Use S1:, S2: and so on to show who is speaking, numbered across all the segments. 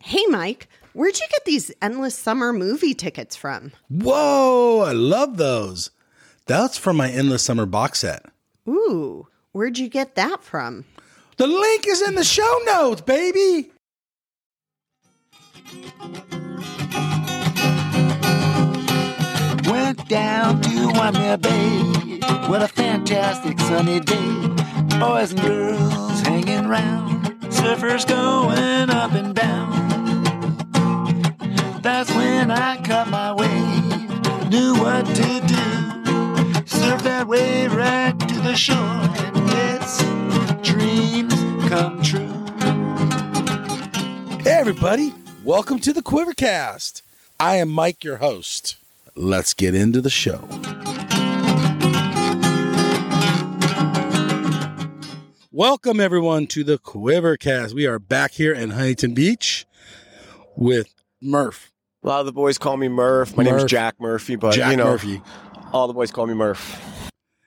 S1: Hey, Mike, where'd you get these endless summer movie tickets from?
S2: Whoa, I love those. That's from my Endless Summer box set.
S1: Ooh, where'd you get that from?
S2: The link is in the show notes, baby.
S3: Went down to Waimea Bay. What a fantastic sunny day. Boys and girls hanging round. Surfers going up and down. That's when I caught my wave. Knew what to do. Surf that wave right to the shore. And it's dreams come true.
S2: Hey, everybody, welcome to the Quivercast. I am Mike, your host. Let's get into the show. Welcome, everyone, to the Quivercast. We are back here in Huntington Beach with Murph.
S4: A lot of the boys call me Murph. My name
S2: Murph.
S4: is Jack Murphy, but
S2: Jack
S4: Uh, you know,
S2: Murphy.
S4: all the boys call me Murph.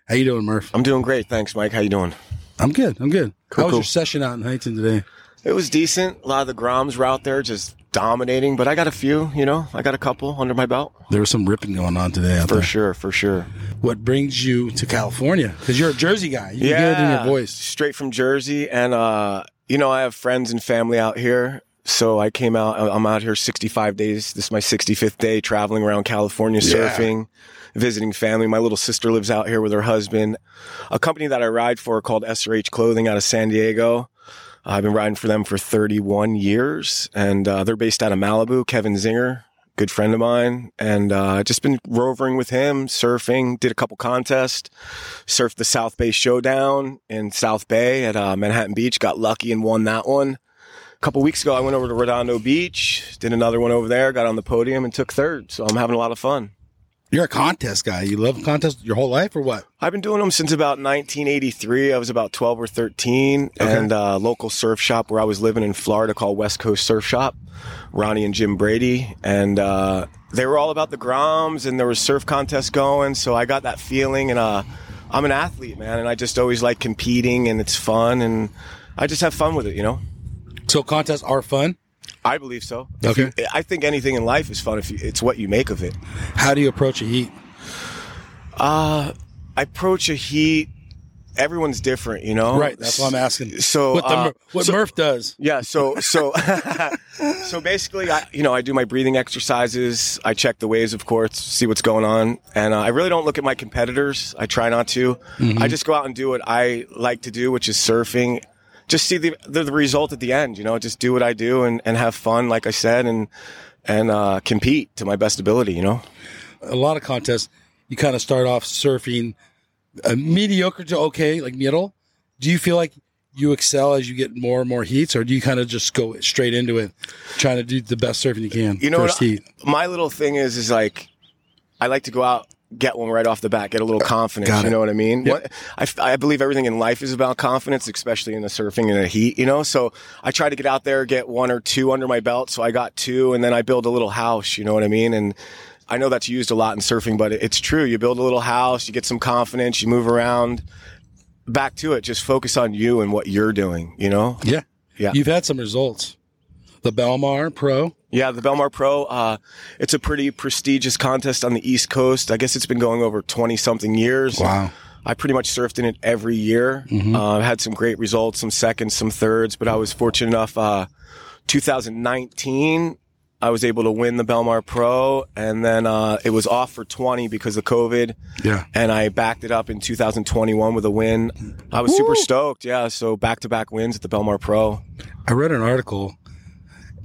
S2: How you doing, Murph?
S4: I'm doing great, thanks, Mike. How you doing?
S2: I'm good. I'm good.
S4: Cool,
S2: How was
S4: cool.
S2: your session out in Huntington today?
S4: It was decent. A lot of the Groms were out there just dominating, but I got a few. You know, I got a couple under my belt
S2: There was some ripping going on today out
S4: for
S2: there.
S4: sure, for sure.
S2: What brings you to California? Because you're a Jersey guy. You can hear it in your voice.
S4: straight from Jersey, and uh, you know, I have friends and family out here. So I came out. I'm out here 65 days. This is my 65th day traveling around California,
S2: Yeah.
S4: surfing, visiting family. My little sister lives out here with her husband. A company that I ride for called SRH Clothing out of San Diego. I've been riding for them for 31 years, and uh, they're based out of Malibu. Kevin Zinger, good friend of mine, and uh, just been rovering with him, surfing. Did a couple contests, surfed the South Bay Showdown in South Bay at uh, Manhattan Beach. Got lucky and won that one. A couple weeks ago, I went over to Redondo Beach, did another one over there, got on the podium, and took third. So I'm having a lot of fun.
S2: You're a contest guy. You love contests your whole life or what?
S4: I've been doing them since about 1983. I was about 12 or 13,
S2: Okay.
S4: and uh, local surf shop where I was living in Florida called West Coast Surf Shop, Ronnie and Jim Brady, and uh, they were all about the Groms, and there was surf contests going. So I got that feeling, and uh, I'm an athlete, man, and I just always like competing, and it's fun, and I just have fun with it, you know.
S2: So contests are fun.
S4: I believe so. If
S2: Okay.
S4: you- I think anything in life is fun if you, it's what you make of it.
S2: How do you approach a heat?
S4: I approach a heat. Everyone's different, you know.
S2: Right. That's what I'm asking.
S4: So,
S2: what, the,
S4: uh,
S2: Mur- what
S4: so-
S2: Murph does.
S4: Yeah, so so so basically, I you know I do my breathing exercises. I check the waves, of course, see what's going on, and uh, I really don't look at my competitors. I try not to. I just go out and do what I like to do, which is surfing. Just see the, the the result at the end. You know, just do what I do and and have fun, like I said, and and uh, compete to my best ability. You know.
S2: A lot of contests, you kind of start off surfing uh, mediocre to okay, like middle. Do you feel like you excel as you get more and more heats, or do you kind of just go straight into it, trying to do the best surfing you can?
S4: You know,
S2: first
S4: what I-
S2: heat.
S4: my little thing is is like I like to go out get one right off the bat, get a little confidence.
S2: Uh, Got it.
S4: You know what I mean?
S2: Yep.
S4: What, I, f- I believe everything in life is about confidence, especially in the surfing and the heat. You know, so I try to get out there, get one or two under my belt. So I got two, and then I build a little house. You know what I mean? And I know that's used a lot in surfing, but it- it's true. You build a little house, you get some confidence, you move around. Back to it. Just focus on you and what you're doing. You know.
S2: Yeah.
S4: Yeah.
S2: You've had some results. The Belmar Pro.
S4: Yeah, the Belmar Pro. Uh, it's a pretty prestigious contest on the East Coast. I guess it's been going over twenty something years.
S2: Wow.
S4: I pretty much surfed in it every year. Uh, had some great results, some seconds, some thirds. But I was fortunate enough. Uh, 2019, I was able to win the Belmar Pro, and then uh, it was off for 20 because of COVID.
S2: Yeah.
S4: And I backed it up in 2021 with a win. I was super stoked. Yeah, so back to back wins at the Belmar Pro.
S2: I read an article,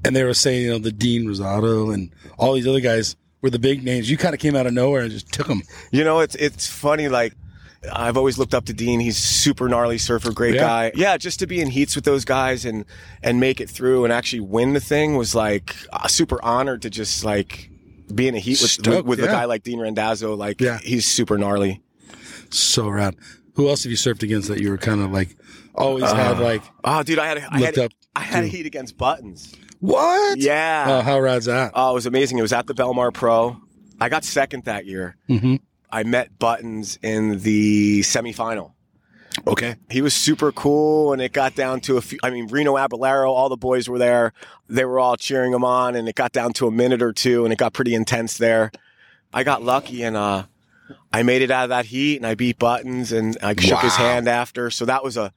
S2: and they were saying, you know, the Dean Rosado and all these other guys were the big names. You kind of came out of nowhere and just took them.
S4: You know, it's it's funny. Like I've always looked up to Dean. He's super gnarly surfer, great
S2: Yeah.
S4: guy. Yeah, just to be in heats with those guys and and make it through and actually win the thing was like uh, super honored to just like be in a heat with
S2: Stoked,
S4: with, with
S2: yeah.
S4: a guy like Dean Randazzo. Like
S2: Yeah.
S4: he's super gnarly.
S2: So rad. Who else have you surfed against that you were kind of like always had like
S4: Oh, dude, I had a, I
S2: Looked
S4: had,
S2: up
S4: I had a
S2: to-
S4: heat against Buttons.
S2: what?
S4: Yeah.
S2: Oh, how rad's that?
S4: Oh, it was amazing. It was at the Belmar Pro. I got
S2: Mm-hmm.
S4: second that year. I met Buttons in the semifinal.
S2: Okay.
S4: He was super cool, and it got down to a few. I mean, Reno Abalaro, all the boys were there. They were all cheering him on, and it got down to a minute or two, and it got pretty intense there. I got lucky, and uh, I made it out of that heat, and I beat Buttons, and I shook his
S2: Wow.
S4: hand after. So that was a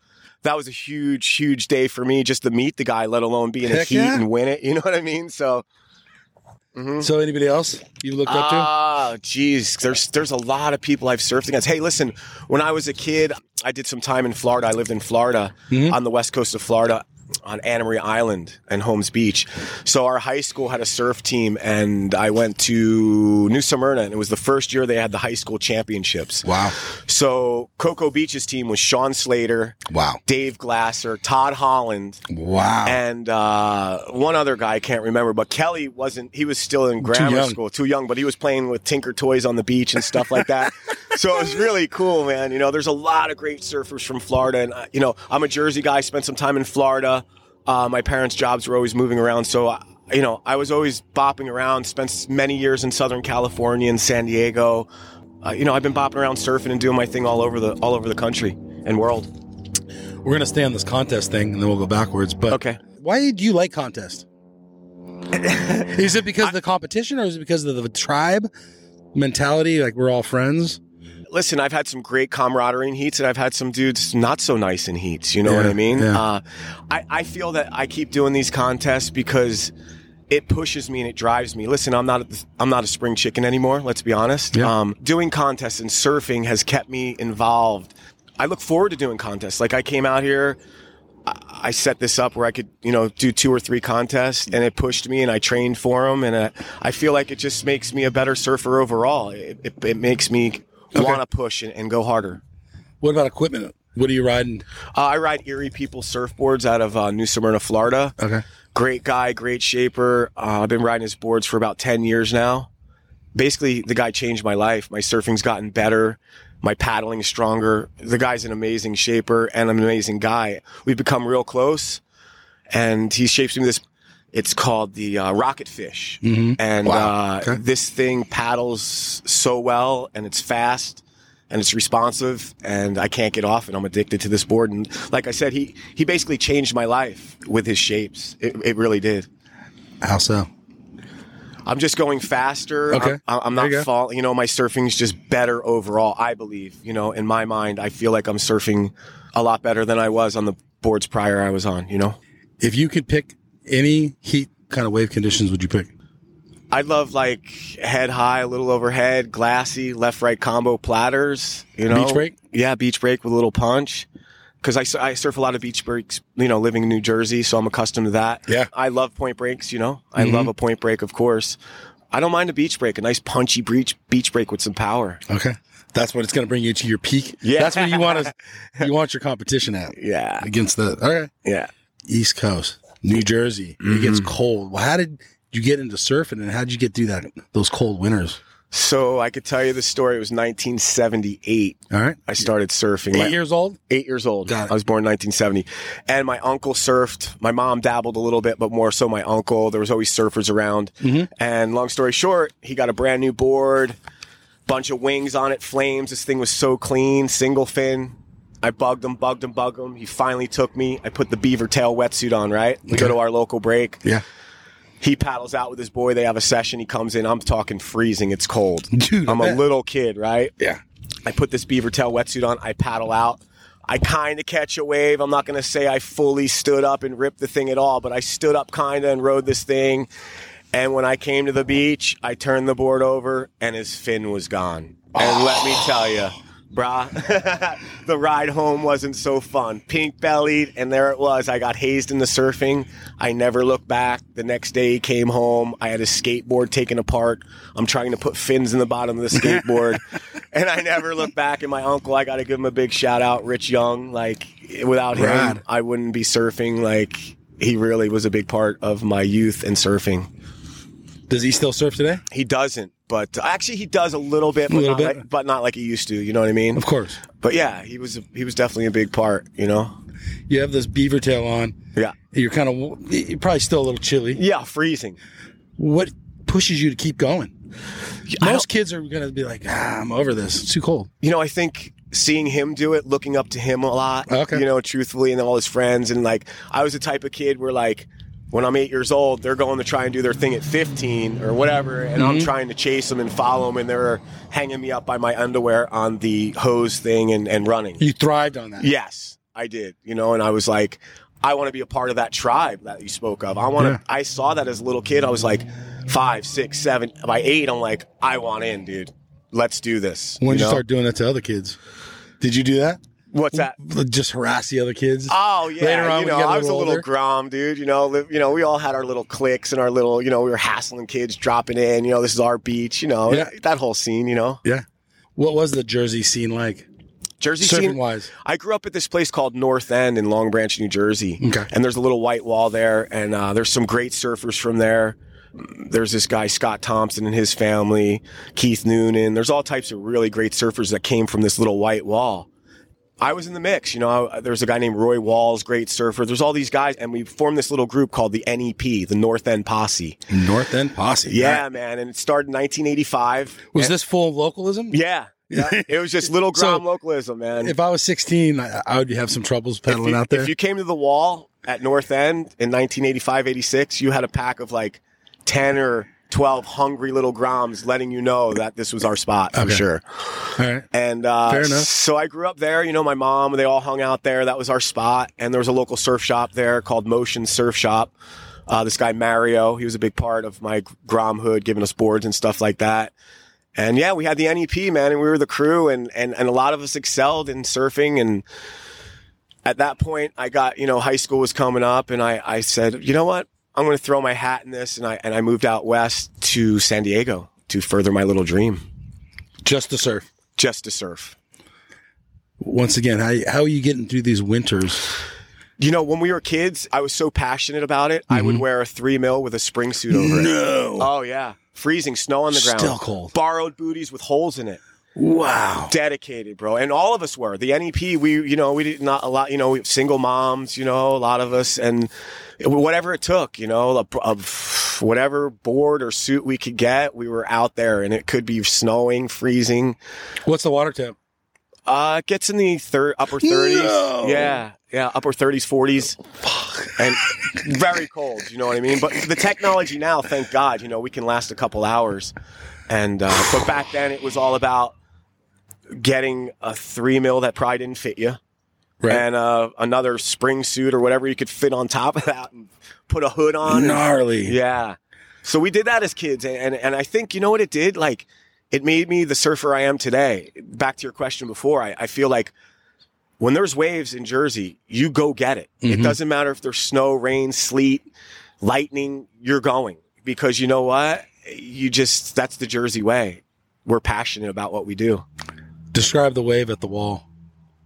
S4: that was a huge, huge day for me just to meet the guy, let alone be in the
S2: Heck
S4: heat
S2: yeah.
S4: and win it. You know what I mean? So. mhm.
S2: So anybody else you looked up to?
S4: Oh, geez. There's there's a lot of people I've surfed against. Hey, listen, when I was a kid, I did some time in Florida. I lived in Florida
S2: Mm-hmm.
S4: on the west coast of Florida on Anna Maria Island and Holmes Beach. So our high school had a surf team and I went to New Smyrna and it was the first year they had the high school championships.
S2: Wow.
S4: So Cocoa Beach's team was Sean Slater,
S2: Wow.
S4: Dave Glasser, Todd Holland,
S2: Wow.
S4: and uh, one other guy I can't remember, but Kelly wasn't. He was still in grammar
S2: young.
S4: school, too young, but he was playing with Tinker Toys on the beach and stuff like that. so it was really cool, man. You know, there's a lot of great surfers from Florida, and uh, you know, I'm a Jersey guy. Spent some time in Florida. Uh, my parents' jobs were always moving around, so. I, you know, I was always bopping around. Spent many years in Southern California and San Diego. Uh, you know, I've been bopping around surfing and doing my thing all over the all over the country and world.
S2: We're gonna stay on this contest thing, and then we'll go backwards. But
S4: Okay.
S2: why do you like contest? is it because of the competition, or is it because of the tribe mentality? Like we're all friends.
S4: listen, I've had some great camaraderie in heats, and I've had some dudes not so nice in heats. You know
S2: Yeah,
S4: what I mean?
S2: yeah.
S4: Uh, I, I feel that I keep doing these contests because it pushes me and it drives me. Listen, I'm not a, I'm not a spring chicken anymore. Let's be honest.
S2: Yeah.
S4: Um, doing contests and surfing has kept me involved. I look forward to doing contests. Like I came out here. I- I set this up where I could, you know, do two or three contests, and it pushed me, and I trained for them, and uh, I feel like it just makes me a better surfer overall. It, it, it makes me want to push and, and go harder.
S2: What about equipment? What are you riding?
S4: Uh, I ride Erie People surfboards out of uh, New Smyrna, Florida.
S2: Okay.
S4: Great guy, great shaper. Uh, I've been riding his boards for about 10 years now. Basically, the guy changed my life. My surfing's gotten better. My paddling's stronger. The guy's an amazing shaper and an amazing guy. We've become real close, and he shapes me this. It's called the uh, rocket fish, and
S2: Mm-hmm. Wow.
S4: uh,
S2: Okay.
S4: this thing paddles so well, and it's fast, and it's responsive, and I can't get off, and I'm addicted to this board. And like I said, he he basically changed my life with his shapes. It, it really did.
S2: How so?
S4: I'm just going faster.
S2: Okay.
S4: I'm, I'm
S2: There
S4: not
S2: you go.
S4: falling. You know, my surfing's just better overall. I believe. You know, in my mind, I feel like I'm surfing a lot better than I was on the boards prior I was on. You know,
S2: If you could pick any heat kind of wave conditions, would you pick?
S4: I love like head high, a little overhead, glassy, left right combo platters. You know,
S2: Beach break?
S4: Yeah, beach break with a little punch. Because I, su- I surf a lot of beach breaks, you know, living in New Jersey, so I'm accustomed to that.
S2: Yeah. Mm-hmm.
S4: I love point breaks. You know, I love a point break, of course. I don't mind a beach break, a nice punchy beach beach break with some power.
S2: Okay. That's what it's going to bring you to your peak.
S4: Yeah.
S2: That's what you want to, you want your competition at
S4: Yeah,
S2: against the, all right.
S4: yeah.
S2: East coast, New Jersey. It gets cold. Well, how did you get into surfing and how did you get through that, those cold winters?
S4: So I could tell you the story. It was 1978.
S2: All right.
S4: I started surfing.
S2: Eight
S4: My-
S2: years old.
S4: eight years old.
S2: Got it.
S4: I was born in 1970. And my uncle surfed. My mom dabbled a little bit, but more so my uncle. There was always surfers around.
S2: Mm-hmm.
S4: And long story short, he got a brand new board, bunch of wings on it, flames. This thing was so clean, single fin. I bugged him, bugged him, bugged him. He finally took me. I put the beaver tail wetsuit on, right? We go
S2: Okay.
S4: to our local break.
S2: Yeah.
S4: He paddles out with his boy. They have a session. He comes in. I'm talking freezing. It's cold.
S2: Dude, I
S4: I'm a
S2: bet.
S4: little kid, right?
S2: Yeah.
S4: I put this beaver tail wetsuit on. I paddle out. I kind of catch a wave. I'm not going to say I fully stood up and ripped the thing at all, but I stood up kind of and rode this thing. And when I came to the beach, I turned the board over and his fin was gone. And let me tell you, brah, the ride home wasn't so fun. Pink bellied, and there it was. I got hazed in the surfing. I never looked back. The next day he came home. I had a skateboard taken apart. I'm trying to put fins in the bottom of the skateboard. and I never looked back. And my uncle, I got to give him a big shout out, Rich Young. Like, without him,
S2: Rad.
S4: I wouldn't be surfing. Like, he really was a big part of my youth and surfing.
S2: Does he still surf today?
S4: He doesn't, but actually he does a little bit, but,
S2: A little
S4: not,
S2: bit.
S4: Like, but not like he used to. You know what I mean?
S2: Of course.
S4: But yeah, he was he was definitely a big part. You know?
S2: You have this beaver tail on.
S4: Yeah.
S2: You're kind of, you're probably still a little chilly.
S4: Yeah, freezing.
S2: What pushes you to keep going?
S4: I
S2: Most kids are going to be like, ah, I'm over this. It's too cold.
S4: You know, I think seeing him do it, looking up to him a lot.
S2: Okay.
S4: You know, truthfully, and all his friends. And like, I was the type of kid where like, when I'm eight years old, they're going to try and do their thing at 15 or whatever, and I'm trying to chase them and follow them, and they're hanging me up by my underwear on the hose thing and, and running.
S2: You thrived on that.
S4: Yes, I did. You know, and I was like, I want to be a part of that tribe that you spoke of. I want to.
S2: Yeah.
S4: I saw that as a little kid. I was like, five, six, seven, by eight. I'm like, I want in, dude. Let's do this.
S2: When did
S4: know?
S2: you start doing that to other kids? Did you do that?
S4: What's that?
S2: Just harass the other kids?
S4: Oh yeah,
S2: Later on when
S4: you
S2: you
S4: know,
S2: got a
S4: I was a
S2: little
S4: little
S2: older.
S4: grom, dude. You know, li- you know, we all had our little cliques and our little, you know, we were hassling kids, dropping in. You know, this is our beach. You know,
S2: Yeah.
S4: that whole scene. You know,
S2: yeah. What was the Jersey scene like?
S4: Jersey
S2: Surfing
S4: scene.
S2: wise.
S4: I grew up at this place called North End in Long Branch, New Jersey.
S2: Okay.
S4: And there's a little white wall there, and uh, there's some great surfers from there. There's this guy, Scott Thompson, and his family, Keith Noonan. There's all types of really great surfers that came from this little white wall. I was in the mix. You know, I- there's a guy named Roy Walls, great surfer. There's all these guys, and we formed this little group called the NEP, the North End Posse.
S2: North End Posse.
S4: Yeah,
S2: Right.
S4: man. And it started in 1985.
S2: Was this full of localism?
S4: Yeah. yeah. it was just little
S2: So,
S4: Grom localism, man.
S2: If I was 16, I, I would have some troubles pedaling
S4: if you,
S2: out there.
S4: If you came to the wall at North End in 1985, 86, you had a pack of like 10 or 12 hungry little groms letting you know that this was our spot for
S2: Okay.
S4: sure.
S2: All right.
S4: And uh,
S2: Fair enough.
S4: So I grew up there. You know, my mom, they all hung out there. That was our spot. And there was a local surf shop there called Motion Surf Shop. Uh, this guy, Mario, he was a big part of my Grom hood, giving us boards and stuff like that. And yeah, we had the NEP, man, and we were the crew, and, and, and a lot of us excelled in surfing. And at that point, I got, you know, high school was coming up, and I, I said, you know what? I'm going to throw my hat in this. And I, and I moved out west to San Diego to further my little dream
S2: Just to surf.
S4: just to surf.
S2: Once again, how, how are you getting through these winters?
S4: You know, when we were kids, I was so passionate about it. I would wear a three mil with a spring suit over it.
S2: Mm-hmm. No.
S4: Oh yeah, freezing snow on the ground,
S2: Still cold.
S4: Borrowed booties with holes in it.
S2: Wow.
S4: Dedicated, bro, and all of us were the NEP. We, you know, we did not a lot. You know, we single moms. You know, a lot of us, and whatever it took, you know, of whatever board or suit we could get, we were out there, and it could be snowing, freezing.
S2: What's the water temp?
S4: Uh, it gets in the thir- upper 30s.
S2: No.
S4: Yeah. Yeah, upper 30s, 40s. And very cold, you know what I mean? But the technology now, thank God, you know, we can last a couple hours. And uh, but back then it was all about getting a 3 mil that probably didn't fit you
S2: Right.
S4: and uh, another spring suit or whatever you could fit on top of that and put a hood on. and-
S2: Gnarly.
S4: yeah. So we did that as kids. And, and, and I think, you know what it did? Like, it made me the surfer I am today. Back to your question before, I, I feel like when there's waves in Jersey, you go get it. It doesn't matter if there's snow, rain, sleet, lightning, you're going because you know what? You just, that's the Jersey way. We're passionate about what we do.
S2: Describe the wave at the wall.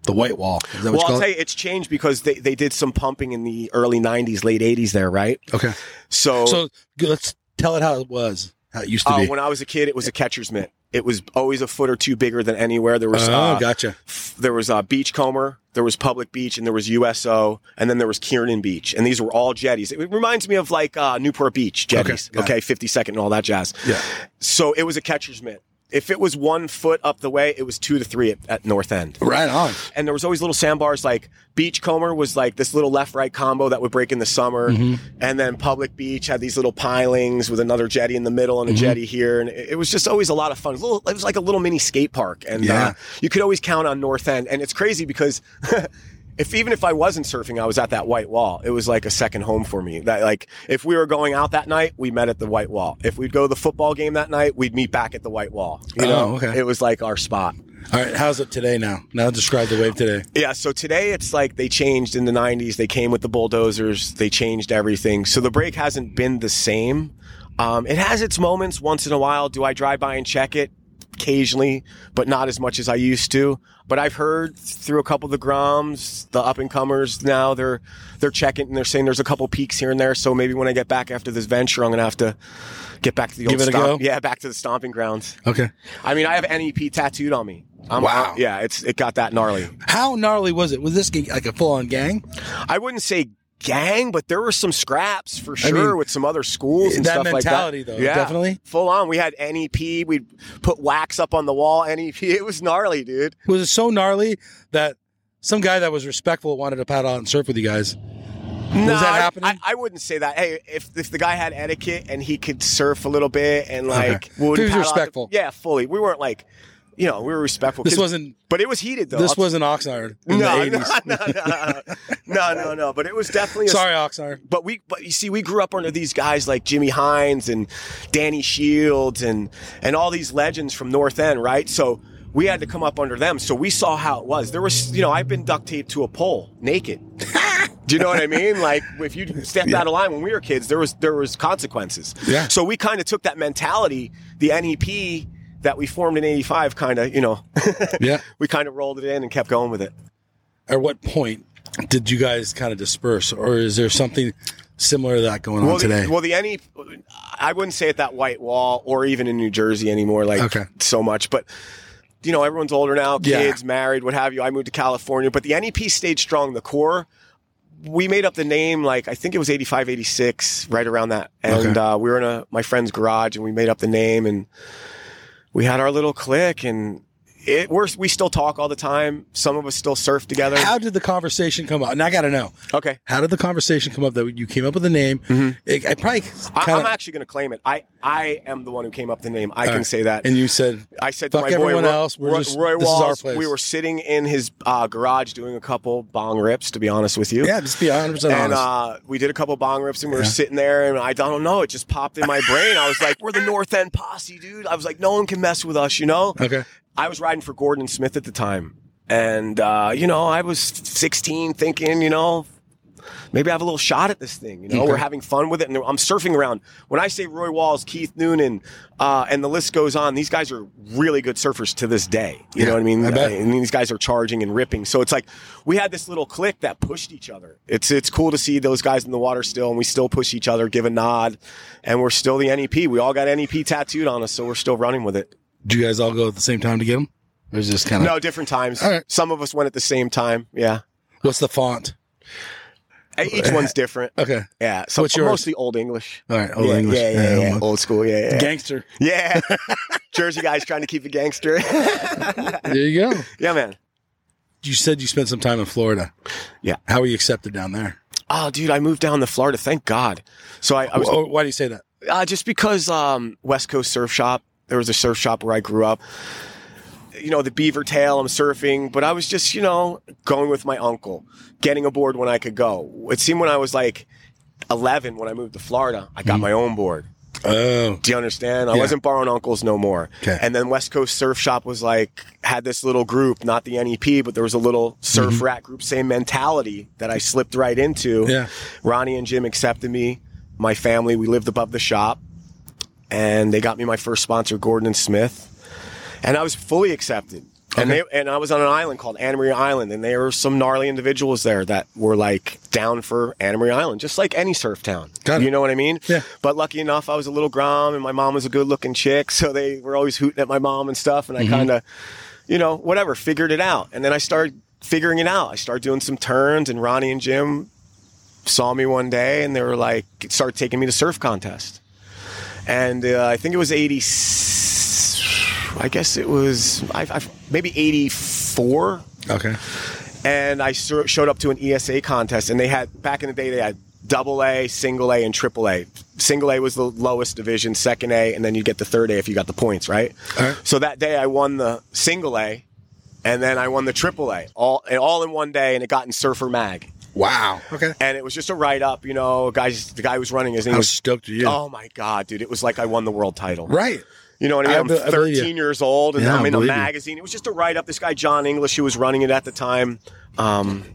S2: The white wall. Is that what
S4: Well,
S2: you
S4: I'll
S2: call
S4: tell
S2: it?
S4: you, it's changed because they, they did some pumping in the early 90s, late 80s there, right?
S2: Okay.
S4: So,
S2: So g- let's tell it how it was, how it used to
S4: Uh,
S2: be.
S4: when I was a kid, it was a catcher's mitt. It was always a foot or two bigger than anywhere. There was
S2: oh,
S4: uh,
S2: gotcha.
S4: f- there was uh, Beachcomber, there was Public Beach, and there was USO, and then there was Kiernan Beach, and these were all jetties. It reminds me of like uh, Newport Beach jetties,
S2: got
S4: okay, 52nd and all that jazz.
S2: Yeah.
S4: So it was a catcher's mitt. If it was one foot up the way, it was two to three at, at North End
S2: Right on.
S4: and there was always little sandbars like beachcomber was like this little left right combo that would break in the summer
S2: Mm-hmm.
S4: and then public beach had these little pilings with another jetty in the middle
S2: Mm-hmm.
S4: and a jetty here and it it was just always a lot of fun it was, a little- it was like a little mini skate park and
S2: Yeah.
S4: uh, you could always count on north end and it's crazy because If even if I wasn't surfing, I was at that white wall. It was like a second home for me. That like if we were going out that night, we met at the white wall. If we'd go to the football game that night, we'd meet back at the white wall. You
S2: Oh,
S4: know,
S2: okay.
S4: it was like our spot.
S2: All right. How's it today now? Now describe the wave today.
S4: Yeah, so today it's like they changed in the 90s. They came with the bulldozers, they changed everything. So the break hasn't been the same. Um, it has its moments once in a while. Do I drive by and check it? Occasionally, but not as much as I used to. But I've heard through a couple of the Groms, the up and comers now, they're they're checking and they're saying there's a couple peaks here and there. So maybe when I get back after this venture, I'm gonna have to get back to the old
S2: Give it a
S4: stomp-
S2: go?
S4: Yeah, back to the stomping grounds.
S2: Okay.
S4: I mean, I have NEP tattooed on me. I'm,
S2: Wow.
S4: yeah, it's it got that gnarly.
S2: How gnarly was it? Was this g- like a full on gang?
S4: I wouldn't say gang, but there were some scraps for sure
S2: mean,
S4: with some other schools and
S2: that
S4: stuff
S2: mentality,
S4: like that.
S2: though, definitely.
S4: full on. We had NEP. We'd put wax up on the wall. NEP. It was gnarly, dude.
S2: was it so gnarly that some guy that was respectful wanted to paddle out and surf with you guys?
S4: No,
S2: that
S4: I-
S2: happening?
S4: I, I wouldn't say that. Hey, if if the guy had etiquette and he could surf a little bit and like
S2: Okay. He was
S4: paddle out the-
S2: respectful.
S4: yeah, fully. We weren't like, you know, we were respectful.
S2: This
S4: 'Cause-
S2: wasn't
S4: but it was heated though.
S2: this
S4: I'll-
S2: wasn't Oxnard in
S4: no,
S2: the
S4: no,
S2: eighties.
S4: no, no, no, no, no. But it was definitely a
S2: Sorry, Oxnard.
S4: but we but you see we grew up under these guys like Jimmy Hines and Danny Shields and and all these legends from North End, right? So we had to come up under them. So we saw how it was. There was you know, I've been duct taped to a pole naked. Do you know what I mean? Like if you stepped out of line when we were kids, there was there was consequences.
S2: Yeah.
S4: So we kind of took that mentality, the NEP that we formed in 85 kind of, you know,
S2: Yeah.
S4: we kind of rolled it in and kept going with it.
S2: At what point did you guys kind of disperse, or is there something similar to that going on
S4: well,
S2: today?
S4: The, well, the any, I wouldn't say at that White Wall or even in New Jersey anymore, like
S2: Okay.
S4: so much. But you know, everyone's older now,
S2: Yeah.
S4: kids, married, what have you. I moved to California, but the NEP stayed strong. The core, we made up the name like I think it was 85, 86, right around that, and
S2: Okay.
S4: uh, we were in a my friend's garage, and we made up the name, and we had our little clique, and. It, we're, we still talk all the time. Some of us still surf together.
S2: How did the conversation come up? And I got to know.
S4: okay.
S2: How did the conversation come up that you came up with a name? It, I probably
S4: Mm-hmm. I,
S2: kinda-
S4: I'm actually going to claim it. I, I am the one who came up with the name. I can
S2: right.
S4: say that.
S2: and you said
S4: I said
S2: Fuck
S4: to my boy
S2: everyone
S4: Roy,
S2: else. We're
S4: Roy,
S2: just-
S4: Roy
S2: this is our
S4: Walls,
S2: place.
S4: We were sitting in his uh, garage doing a couple bong rips, to be honest with you.
S2: yeah, just be 100 percent
S4: And
S2: honest.
S4: uh, we did a couple bong rips, and we were sitting there, and I don't know, it just popped in my brain. I was like, "We're the North End posse, dude." I was like, "No one can mess with us," you know.
S2: okay,
S4: I was riding for Gordon Smith at the time, and uh, you know, I was 16, thinking, you know, maybe I have a little shot at this thing. You know,
S2: Okay.
S4: we're having fun with it, and I'm surfing around. When I say Roy Walls, Keith Noonan, uh, and the list goes on, these guys are really good surfers to this day. You know what I mean?
S2: I bet.
S4: And these guys are charging and ripping. So it's like we had this little clique that pushed each other. It's it's cool to see those guys in the water still, and we still push each other, give a nod, and we're still the NEP. We all got NEP tattooed on us, so we're still running with it.
S2: do you guys all go at the same time to get them? Or is this kind of
S4: No, different times.
S2: All right.
S4: Some of us went at the same time. Yeah.
S2: what's the font?
S4: Each one's different.
S2: Okay,
S4: Yeah. So
S2: What's yours?
S4: mostly old English.
S2: all right, old
S4: yeah,
S2: English,
S4: Yeah, yeah, yeah.
S2: well,
S4: Old school. Yeah. Yeah.
S2: gangster.
S4: yeah. Jersey guys trying to keep it gangster.
S2: There you go.
S4: yeah, man.
S2: You said you spent some time in Florida.
S4: Yeah.
S2: How were you accepted down there?
S4: Oh, dude, I moved down to Florida. Thank God. So I, I was
S2: Oh, why do you say that?
S4: uh, just because um, West Coast Surf Shop. There was a surf shop where I grew up. You know, the beaver tail, I'm surfing, but I was just, you know, going with my uncle, getting a board when I could go. It seemed when I was like 11 when I moved to Florida, I got
S2: Mm-hmm.
S4: my own board.
S2: Oh,
S4: Do you understand? I
S2: Yeah.
S4: wasn't borrowing uncles no more.
S2: 'Kay.
S4: And then West Coast Surf Shop was like had this little group, not the NEP, but there was a little surf
S2: Mm-hmm.
S4: rat group, same mentality that I slipped right into.
S2: Yeah.
S4: Ronnie and Jim accepted me. My family, we lived above the shop, and they got me my first sponsor, Gordon and Smith, and I was fully accepted. And they and I was on an island called Anna Maria Island, and there were some gnarly individuals there that were like down for Anna Maria Island, just like any surf town.
S2: Got it.
S4: You know what I mean?
S2: Yeah.
S4: But lucky enough, I was a little grom, and my mom was a good-looking chick, so they were always hooting at my mom and stuff. And I kind of, you know, whatever, figured it out. And then I started figuring it out. I started doing some turns, and Ronnie and Jim saw me one day, and they were like, started taking me to surf contest. And uh, I think it was eighty. I guess it was I, I, maybe eighty-four
S2: okay.
S4: and I sur- showed up to an ESA contest, and they had back in the day they had double A, single A, and triple A. Single A was the lowest division, second A, and then you get the third A if you got the points, right?
S2: Alright.
S4: So that day I won the single A, and then I won the triple A, all and all in one day, and it got in Surfer Mag,
S2: Wow. Okay.
S4: and it was just a write up, you know, guys. The guy who was running his name
S2: How
S4: was.
S2: stoked are you?
S4: Oh my god, dude! It was like I won the world title.
S2: Right.
S4: You know what I mean?
S2: I
S4: I am
S2: be- I believe you.
S4: 13 years old, and
S2: Yeah, I
S4: I'm in a
S2: believe you.
S4: magazine. It was just a write up. This guy John English, who was running it at the time, um,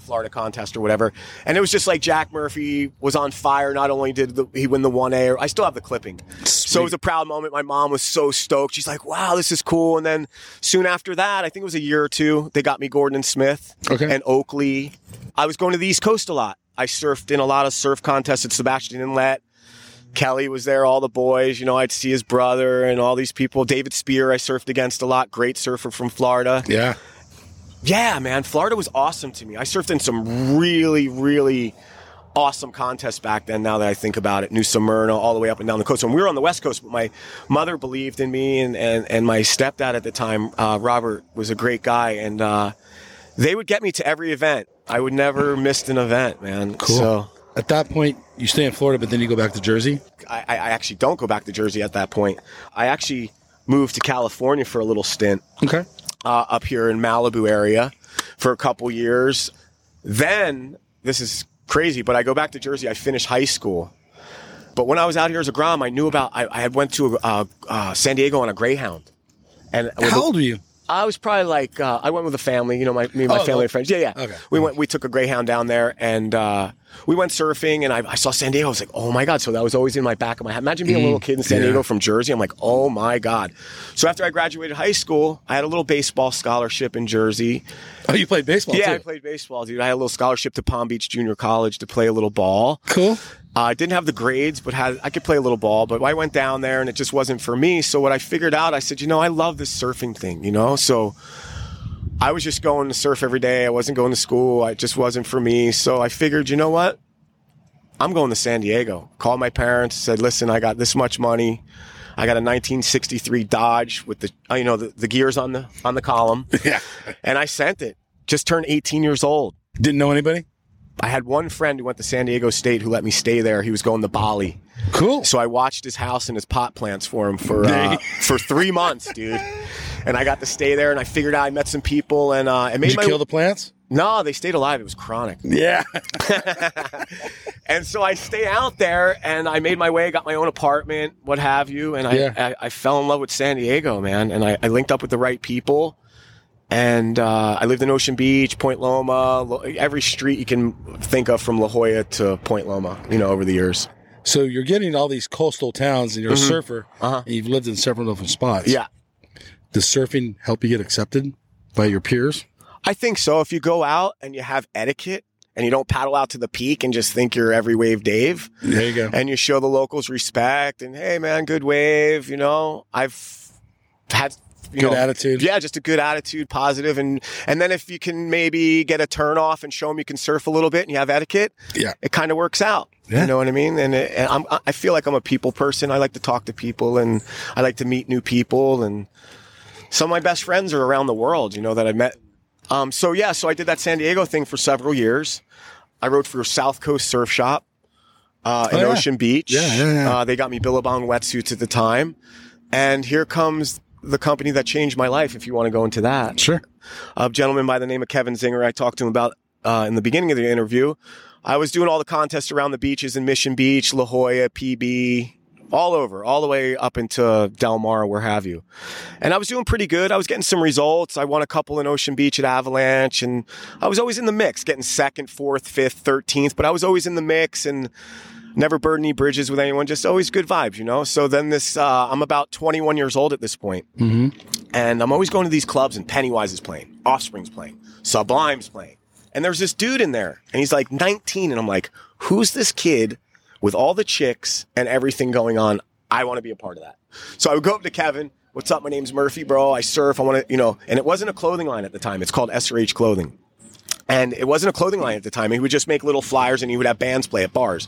S4: Florida contest or whatever, and it was just like Jack Murphy was on fire. Not only did the, he win the one A, I still have the clipping. So it was a proud moment. My mom was so stoked. She's like, "Wow, this is cool." And then soon after that, I think it was a year or two, they got me Gordon and Smith
S2: Okay.
S4: and Oakley. I was going to the East Coast a lot. I surfed in a lot of surf contests at Sebastian Inlet. Kelly was there, all the boys. You know, I'd see his brother and all these people. David Spear, I surfed against a lot. Great surfer from Florida.
S2: Yeah.
S4: Yeah, man, Florida was awesome to me. I surfed in some really, really awesome contest back then. Now that I think about it, New Smyrna, all the way up and down the coast. And we were on the West Coast, but my mother believed in me, and and, and my stepdad at the time, uh, Robert, was a great guy, and uh, they would get me to every event. I would never missed an event, man.
S2: Cool.
S4: So
S2: At that point, you stay in Florida, but then you go back to Jersey.
S4: I, I I actually don't go back to Jersey at that point. I actually moved to California for a little stint
S2: Okay.
S4: uh, up here in Malibu area for a couple years. Then this is crazy, but I go back to Jersey. I finish high school. But when I was out here as a Grom, I knew about. I, I had went to uh, uh, San Diego on a Greyhound, and with
S2: How
S4: a-
S2: old were you?
S4: I was probably like uh, I went with a family, you know, my me and my
S2: Oh,
S4: family
S2: no.
S4: and friends. Yeah, yeah.
S2: Okay.
S4: We went. We took a Greyhound down there, and uh, we went surfing. And I, I saw San Diego. I was like, oh my god! So that was always in my back of my head. Imagine being a little kid in San
S2: Mm. yeah.
S4: Diego from Jersey. I'm like, oh my god! So after I graduated high school, I had a little baseball scholarship in Jersey.
S2: Oh, you played baseball
S4: yeah,
S2: too.
S4: I played baseball, dude. I had a little scholarship to Palm Beach Junior College to play a little ball.
S2: Cool.
S4: Uh, I didn't have the grades, but had I could play a little ball. But I went down there, and it just wasn't for me. So what I figured out, I said, you know, I love this surfing thing, you know. So I was just going to surf every day. I wasn't going to school. It just wasn't for me. So I figured, you know what? I'm going to San Diego. Called my parents, said, listen, I got this much money. I got a 1963 Dodge with the uh, you know the, the gears on the on the column,
S2: Yeah.
S4: and I sent it. Just turned 18 years old.
S2: Didn't know anybody.
S4: I had one friend who went to San Diego State who let me stay there. He was going to Bali.
S2: Cool.
S4: So I watched his house and his pot plants for him for uh, for three months, dude. And I got to stay there, and I figured out I met some people, and uh, it made
S2: Did you
S4: my
S2: kill the plants?
S4: no. They stayed alive. It was chronic,
S2: Yeah.
S4: and so I stay out there, and I made my way, got my own apartment, what have you, and I
S2: Yeah.
S4: I, I fell in love with San Diego, man, and I, I linked up with the right people. And uh, I lived in Ocean Beach, Point Loma, Lo- every street you can think of from La Jolla to Point Loma, you know, over the years.
S2: So you're getting all these coastal towns, and you're a surfer,
S4: Uh-huh.
S2: and you've lived in several different spots.
S4: Yeah.
S2: Does surfing help you get accepted by your peers?
S4: I think so. If you go out and you have etiquette and you don't paddle out to the peak and just think you're every wave Dave
S2: There you go.
S4: and you show the locals respect and hey man, good wave, you know, I've had you
S2: Good
S4: know,
S2: attitude.
S4: Yeah, just a good attitude, positive, and and then if you can maybe get a turn off and show them you can surf a little bit and you have etiquette,
S2: Yeah.
S4: it kind of works out.
S2: Yeah.
S4: You know what I mean? And, it, and I'm, I feel like I'm a people person. I like to talk to people and I like to meet new people. And some of my best friends are around the world, you know, that I met. Um, so, yeah, so I did that San Diego thing for several years. I wrote for South Coast Surf Shop uh, in
S2: Oh, yeah.
S4: Ocean Beach.
S2: Yeah, yeah, yeah.
S4: Uh, they got me Billabong wetsuits at the time. And here comes the company that changed my life, if you want to go into that
S2: Sure.
S4: a gentleman by the name of Kevin Zinger. I talked to him about uh, in the beginning of the interview. I was doing all the contests around the beaches in Mission Beach, La Jolla, PB, all over, all the way up into Del Mar, where have you. And I was doing pretty good. I was getting some results. I won a couple in Ocean Beach at Avalanche, and I was always in the mix, getting second, fourth, fifth, thirteenth. But I was always in the mix, and never burned any bridges with anyone. Just always good vibes, you know. So then this, uh, I'm about 21 years old at this point and I'm always going to these clubs and Pennywise is playing, Offspring's playing, Sublime's playing. And there's this dude in there and he's like 19 and I'm like, who's this kid with all the chicks and everything going on? I want to be a part of that. So I would go up to Kevin, what's up? My name's Murphy, bro. I surf. I want to, you know, and it wasn't a clothing line at the time. It's called SRH Clothing. And it wasn't a clothing line at the time. He would just make little flyers and he would have bands play at bars.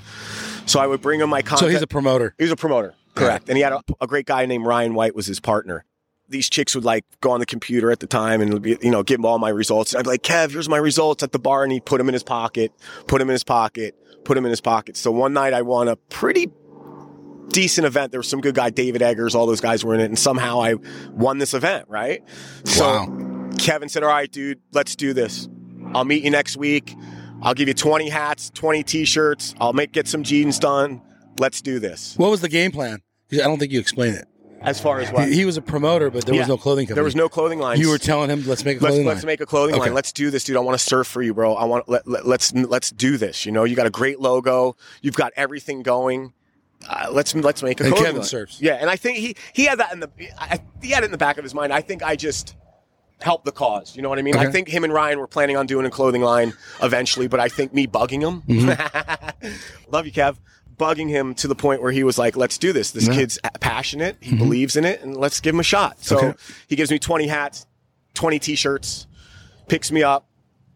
S4: So I would bring him my content.
S2: So he's a promoter.
S4: He was a promoter, correct. And he had a, a great guy named Ryan White was his partner. These chicks would like go on the computer at the time and be- you know give him all my results. And I'd be like, Kev, here's my results at the bar, and he would put them in his pocket, put them in his pocket, put them in his pocket. So one night I won a pretty decent event. There was some good guy, David Eggers, all those guys were in it, and somehow I won this event. Right? So
S2: wow.
S4: Kevin said, All right, dude, let's do this. I'll meet you next week. I'll give you 20 hats, 20 t shirts. I'll make get some jeans done. Let's do this.
S2: What was the game plan? 'Cause I don't think you explained it.
S4: As far as what?
S2: He, he was a promoter, but there
S4: Yeah.
S2: was no clothing company.
S4: There was no clothing line.
S2: You were telling him, let's make a
S4: let's,
S2: clothing
S4: let's
S2: line.
S4: make a clothing
S2: Okay.
S4: line. Let's do this, dude. I want to surf for you, bro. I want let, let, let's let's do this. You know, you got a great logo. You've got everything going. Uh, let's let's make a
S2: And
S4: clothing
S2: Kevin
S4: line.
S2: surfs.
S4: Yeah, and I think he he had that in the I, he had it in the back of his mind. I think I just helped the cause. You know what I mean? I
S2: Okay.
S4: think him and Ryan were planning on doing a clothing line eventually, but I think me bugging him,
S2: Mm-hmm.
S4: love you, Kev, bugging him to the point where he was like, "Let's do this. This
S2: Yeah. Mm-hmm.
S4: kid's passionate. He believes in it, and let's give him a shot." So
S2: Okay.
S4: he gives me twenty hats, twenty t-shirts, picks me up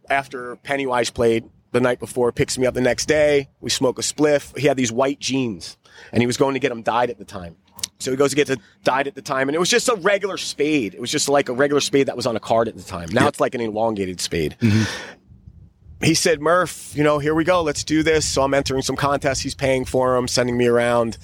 S4: after Pennywise played. the night before, picks me up the next day. We smoke a spliff. He had these white jeans, and he was going to get them dyed at the time. So he goes to get the dyed at the time, and it was just a regular spade. It was just like a regular spade that was on a card at the time. Now it's like an elongated spade.
S2: Mm-hmm.
S4: He said, Murph, you know, here we go. Let's do this. So I'm entering some contests. He's paying for them, sending me around.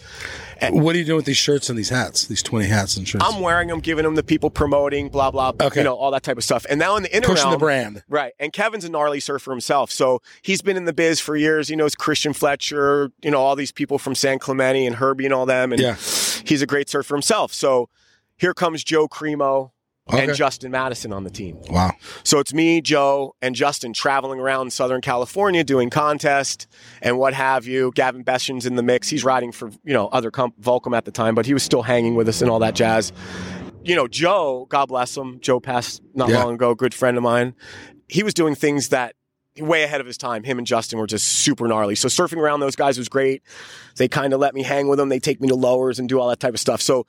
S2: What are you doing with these shirts and these hats? These twenty hats and shirts.
S4: I'm wearing them, giving them to people promoting, blah blah,
S2: Okay.
S4: you know, all that type of stuff. And now in the inner
S2: Pushing the
S4: realm-
S2: brand.
S4: right? And Kevin's a gnarly surfer himself, so he's been in the biz for years. He knows Christian Fletcher, you know, all these people from San Clemente and Herbie and all them, and
S2: Yeah.
S4: he's a great surfer himself. So here comes Joe Cremo
S2: Okay.
S4: and Justin Madison on the team.
S2: wow.
S4: So it's me, Joe, and Justin traveling around Southern California doing contest and what have you. Gavin Bession's in the mix. He's riding for, you know, other comp- Volcom at the time, but he was still hanging with us and all that jazz. You know, Joe, God bless him. Joe passed not
S2: Yeah.
S4: long ago, good friend of mine. He was doing things that way ahead of his time. Him and Justin were just super gnarly. So surfing around those guys was great. They kind of let me hang with them. They take me to lowers and do all that type of stuff. So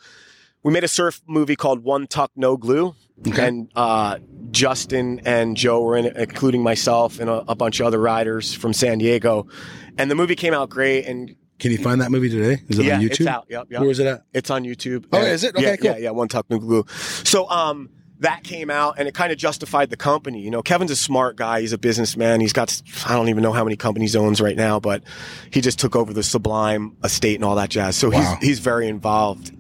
S4: we made a surf movie called One Tuck No Glue,
S2: Okay.
S4: and uh, Justin and Joe were in it, including myself and a, a bunch of other riders from San Diego. And the movie came out great, and
S2: Can you find that movie today? Is it
S4: yeah,
S2: on YouTube?
S4: it's out. Yep, yep.
S2: Where is it at?
S4: It's on YouTube.
S2: Oh,
S4: And-
S2: is it? Okay,
S4: yeah,
S2: cool.
S4: Yeah, yeah, one tuck no glue. So um that came out and it kind of justified the company. You know, Kevin's a smart guy. He's a businessman. He's got I don't even know how many companies he owns right now, but he just took over the Sublime estate and all that jazz. So
S2: Wow.
S4: he's he's very involved.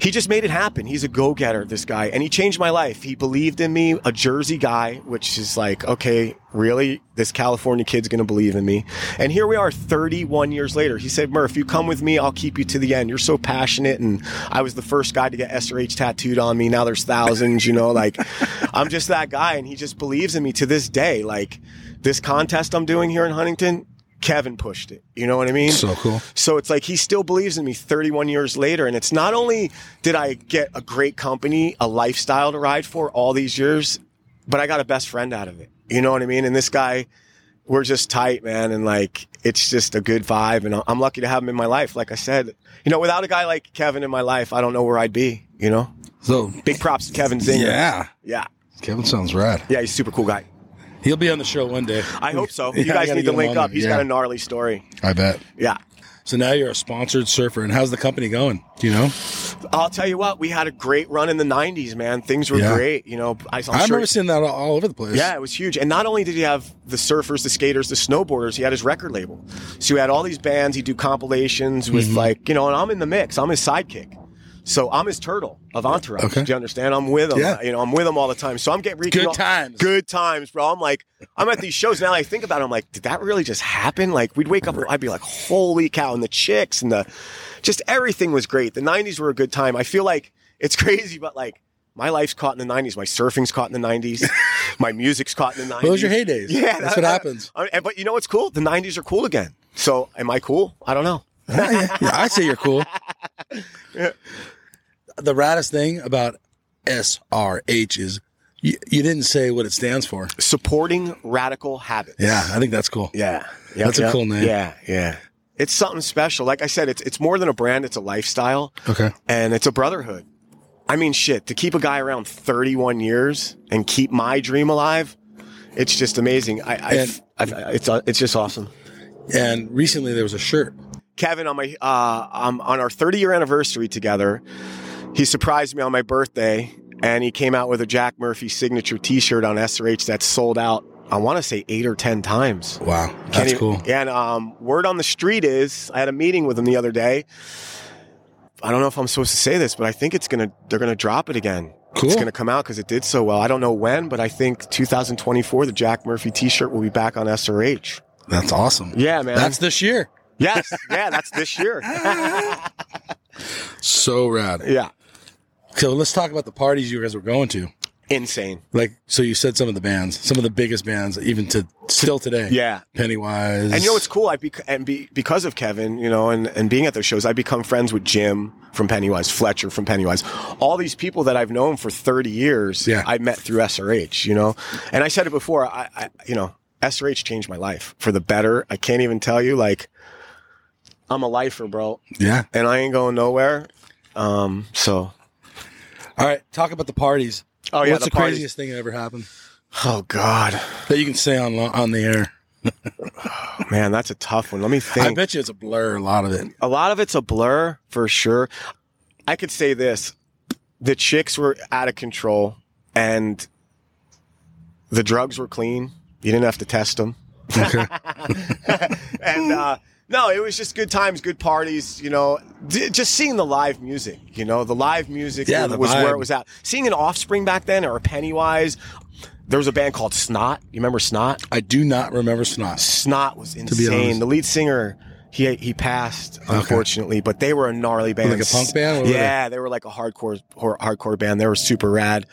S4: He just made it happen. He's a go-getter, this guy, and he changed my life. He believed in me, a Jersey guy, which is like, okay, really, this California kid's going to believe in me. And here we are 31 years later. He said, "Murph, you come with me, I'll keep you to the end. You're so passionate and I was the first guy to get SRH tattooed on me. Now there's thousands, you know, like I'm just that guy and he just believes in me to this day. Like this contest I'm doing here in Huntington, Kevin pushed it. You know what I mean?
S2: So cool.
S4: So it's like he still believes in me 31 years later. And it's not only did I get a great company, a lifestyle to ride for all these years, but I got a best friend out of it. You know what I mean? And this guy, we're just tight, man. And like, it's just a good vibe. And I- I'm lucky to have him in my life. Like I said, you know, without a guy like Kevin in my life, I don't know where I'd be, you know?
S2: So
S4: Big props to Kevin Zinger.
S2: yeah,
S4: Yeah.
S2: Kevin sounds rad.
S4: Yeah, he's a super cool guy.
S2: He'll be on the show one day.
S4: I hope so.
S2: Yeah,
S4: You
S2: I
S4: guys
S2: gotta
S4: need
S2: get
S4: to
S2: him
S4: link
S2: on
S4: up.
S2: there.
S4: He's
S2: Yeah.
S4: got a gnarly story.
S2: I bet.
S4: Yeah.
S2: So now you're a sponsored surfer, and how's the company going? Do you know?
S4: I'll tell you what, we had a great run in the 90s, man. Things were
S2: Yeah.
S4: great. You know, I, I'm
S2: i
S4: sure-
S2: remember seeing that all- all over the place.
S4: Yeah, it was huge. And not only did he have the surfers, the skaters, the snowboarders, he had his record label. So he had all these bands. He'd do compilations
S2: Mm-hmm.
S4: with like, you know, and I'm in the mix. I'm his sidekick. So I'm his turtle of Entourage.
S2: Okay.
S4: Do you understand? I'm with him.
S2: Yeah.
S4: You know, I'm with him all the time. So I'm getting reaching
S2: Good
S4: all-
S2: times.
S4: Good times, bro. I'm like, I'm at these shows now. I think about it. I'm like, did that really just happen? Like, we'd wake up. I'd be like, holy cow! And the chicks and the, just everything was great. The '90s were a good time. I feel like it's crazy, but like. My life's caught in the '90s. My surfing's caught in the '90s. My music's caught in the '90s.
S2: Those are your heydays.
S4: Yeah,
S2: That's what happens.
S4: I- I- but you know what's cool? The '90s are cool again. So, am I cool? I don't know.
S2: Yeah, yeah, yeah, I say you're cool. The raddest thing about SRH is you, you didn't say what it stands for.
S4: Supporting radical habits.
S2: Yeah, I think that's cool.
S4: Yeah. Yep,
S2: That's a
S4: yep.
S2: cool name.
S4: Yeah. Yeah. It's something special. Like I said, it's it's more than a brand, it's a lifestyle
S2: Okay.
S4: and it's a brotherhood. I mean shit, to keep a guy around 31 years and keep my dream alive, it's just amazing. I, I,
S2: And-
S4: I it's uh, it's just awesome.
S2: And recently there was a shirt.
S4: Kevin on my uh, um, on our 30 year anniversary together, he surprised me on my birthday, and he came out with a Jack Murphy signature T-shirt on SRH that sold out. I want to say eight or ten times.
S2: Wow, that's
S4: Can't even-
S2: cool.
S4: And um, word on the street is, I had a meeting with him the other day. I don't know if I'm supposed to say this, but I think it's gonna they're gonna drop it again.
S2: Cool.
S4: It's gonna come out because it did so well. I don't know when, but I think 2024 the Jack Murphy T-shirt will be back on SRH.
S2: That's awesome.
S4: Yeah, man.
S2: That's this year.
S4: yes, yeah, that's this year.
S2: So rad.
S4: yeah,
S2: So let's talk about the parties you guys were going to.
S4: insane.
S2: Like, so you said some of the bands, some of the biggest bands, even to still today.
S4: Yeah.
S2: Pennywise.
S4: And you know what's cool? I bec- and be- because of Kevin, you know, and, and being at those shows, I become friends with Jim from Pennywise, Fletcher from Pennywise, all these people that I've known for thirty years.
S2: Yeah.
S4: I met through SRH, you know. And I said it before, I, I you know, SRH changed my life for the better. I can't even tell you, like, I'm a lifer, bro,
S2: Yeah.
S4: and I ain't going nowhere. Um, so.
S2: All right. Talk about the parties.
S4: Oh yeah,
S2: What's the,
S4: parties.
S2: craziest thing that ever happened
S4: Oh god.
S2: that you can say on on the air?
S4: Man, that's a tough one. Let me think.
S2: I bet you it's a blur. A lot of it.
S4: a lot of it's a blur for sure. I could say this: the chicks were out of control, and the drugs were clean. You didn't have to test them. and uh, no, it was just good times, good parties. You know, D- just seeing the live music. You know, the live music
S2: Yeah, the
S4: was where it
S2: vibe.
S4: was at. Seeing an Offspring back then or a Pennywise. There was a band called Snot. You remember Snot?
S2: I do not remember snot.
S4: Snot was
S2: be
S4: insane.
S2: honest.
S4: The lead singer, he he passed unfortunately, but they were a gnarly band,
S2: Like a punk band? What were
S4: yeah, they? were like a hardcore hor- hardcore band. They were super rad.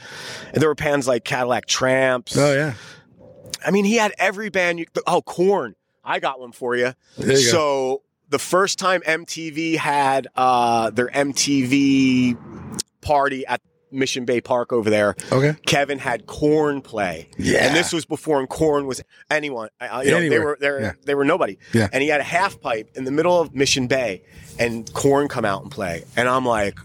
S4: And there were bands like Cadillac Tramps.
S2: Oh yeah.
S4: I mean, he had every band. You, oh, Corn. I got one for you.
S2: There you
S4: so
S2: go.
S4: the first time MTV had uh, their MTV party at Mission Bay Park over there,
S2: Okay.
S4: Kevin had Corn play.
S2: Yeah.
S4: And this was before Corn was anyone. Uh, you know, they
S2: Anywhere.
S4: were they were,
S2: Yeah.
S4: they were nobody.
S2: Yeah.
S4: And he had a half pipe in the middle of Mission Bay, and Corn come out and play. And I'm like,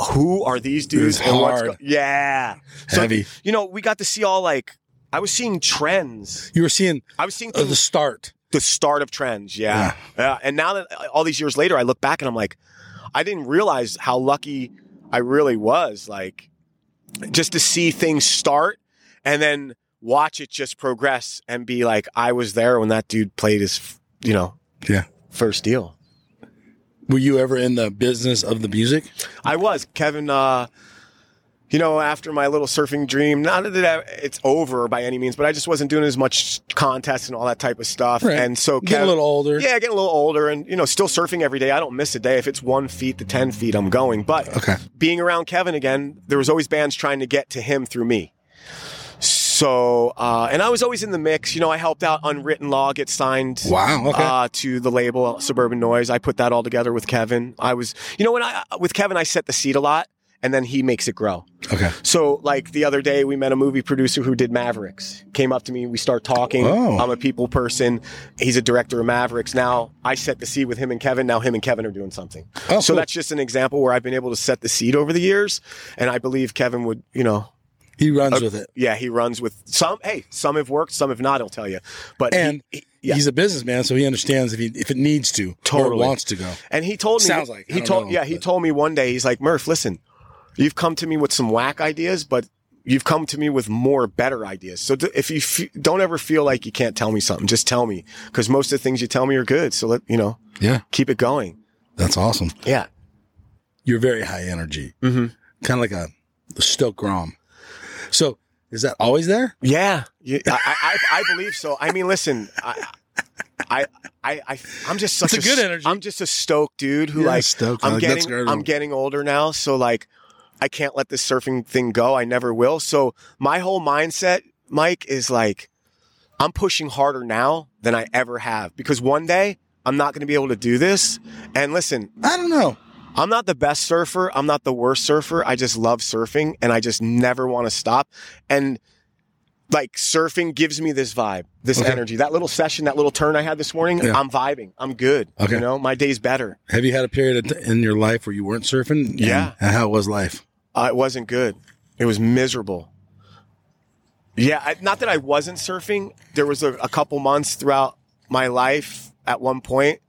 S4: who are these dudes?
S2: was
S4: and what's
S2: hard.
S4: go- yeah.
S2: Heavy.
S4: You know, we got to see all like I was seeing trends.
S2: You were seeing
S4: I was seeing
S2: uh,
S4: things
S2: the start.
S4: the start of trends. Yeah. yeah. And now that uh, all these years later, I look back and I'm like, I didn't realize how lucky I really was. Like, just to see things start and then watch it just progress and be like, I was there when that dude played his, you know,
S2: Yeah.
S4: first deal.
S2: Were you ever in the business of the music?
S4: I was Kevin. Uh, you know, after my little surfing dream, not that I- it's over by any means, but I just wasn't doing as much contests and all that type of stuff.
S2: Right.
S4: And so,
S2: Getting a
S4: Kev-
S2: little older.
S4: Yeah, getting a little older, and you know, still surfing every day. I don't miss a day. If it's one feet to ten feet, I'm going. But
S2: Okay.
S4: being around Kevin again, there was always bands trying to get to him through me. So, uh, and I was always in the mix. You know, I helped out Unwritten Law get signed
S2: Wow. Okay.
S4: uh, to the label Suburban Noise. I put that all together with Kevin. I was, you know, when I uh, with Kevin, I set the seed a lot, and then he makes it grow.
S2: okay.
S4: So, like the other day, we met a movie producer who did Mavericks. Came up to me, we start talking.
S2: Oh.
S4: I'm a people person. He's a director of Mavericks. Now I set the seed with him and Kevin. Now him and Kevin are doing something.
S2: Oh,
S4: so
S2: cool.
S4: that's just an example where I've been able to set the seed over the years, and I believe Kevin would, you know,
S2: He runs with it,
S4: yeah, he runs with some. Hey, some have worked, some have not. He'll tell you, but he-
S2: and
S4: he- yeah.
S2: he's a businessman, so he understands if he if it needs to
S4: Totally.
S2: or wants to go.
S4: And he told me
S2: Sounds like. I
S4: he
S2: don't
S4: told
S2: know,
S4: yeah, he
S2: but-
S4: told me one day he's like, "Murph, listen. You've come to me with some whack ideas, but you've come to me with more better ideas. So d- if you f- don't ever feel like you can't tell me something, just tell me cuz most of the things you tell me are good. So let, you know,
S2: Yeah,
S4: keep it going."
S2: that's awesome.
S4: Yeah.
S2: You're very high energy,
S4: Mhm.
S2: kind of like a, a Stoke Grom. So is that always there?
S4: Yeah. You- I, I I believe so. I mean, listen, I I, I, I, I'm just such
S2: It's a good
S4: s-
S2: energy.
S4: I'm just a stoke dude who
S2: Yeah,
S4: like
S2: stoked. I
S4: I'm
S2: like- that's
S4: getting
S2: great.
S4: I'm getting older now, so like I can't let this surfing thing go. I never will. So my whole mindset, Mike, is like I'm pushing harder now than I ever have because one day I'm not going to be able to do this. And listen,
S2: I don't know.
S4: I'm not the best surfer. I'm not the worst surfer. I just love surfing and I just never want to stop. And like surfing gives me this vibe, this
S2: Okay.
S4: energy. That little session, that little turn I had this morning,
S2: Yeah.
S4: I'm vibing. I'm good.
S2: Okay.
S4: You know, my day's better.
S2: Have you had a period of t- in your life where you weren't surfing? And-
S4: Yeah.
S2: And how was life?
S4: Uh, it wasn't good. It was miserable. Yeah, I, not that I wasn't surfing. There was a, a couple months throughout my life at one point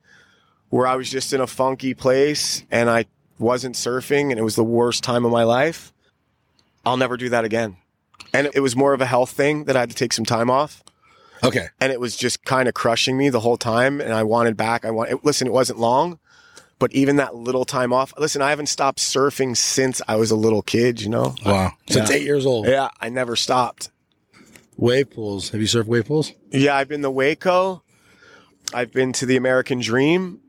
S4: where I was just in a funky place and I wasn't surfing, and it was the worst time of my life. I'll never do that again. And it was more of a health thing that I had to take some time off
S2: Okay.
S4: and it was just kind of crushing me the whole time and i wanted back i want it, listen it wasn't long but even that little time off listen i haven't stopped surfing since i was a little kid you know
S2: Wow. Since eight years old.
S4: yeah i never stopped
S2: Wave pools. Have you surfed wave pools?
S4: yeah i've been to waco i've been to the american dream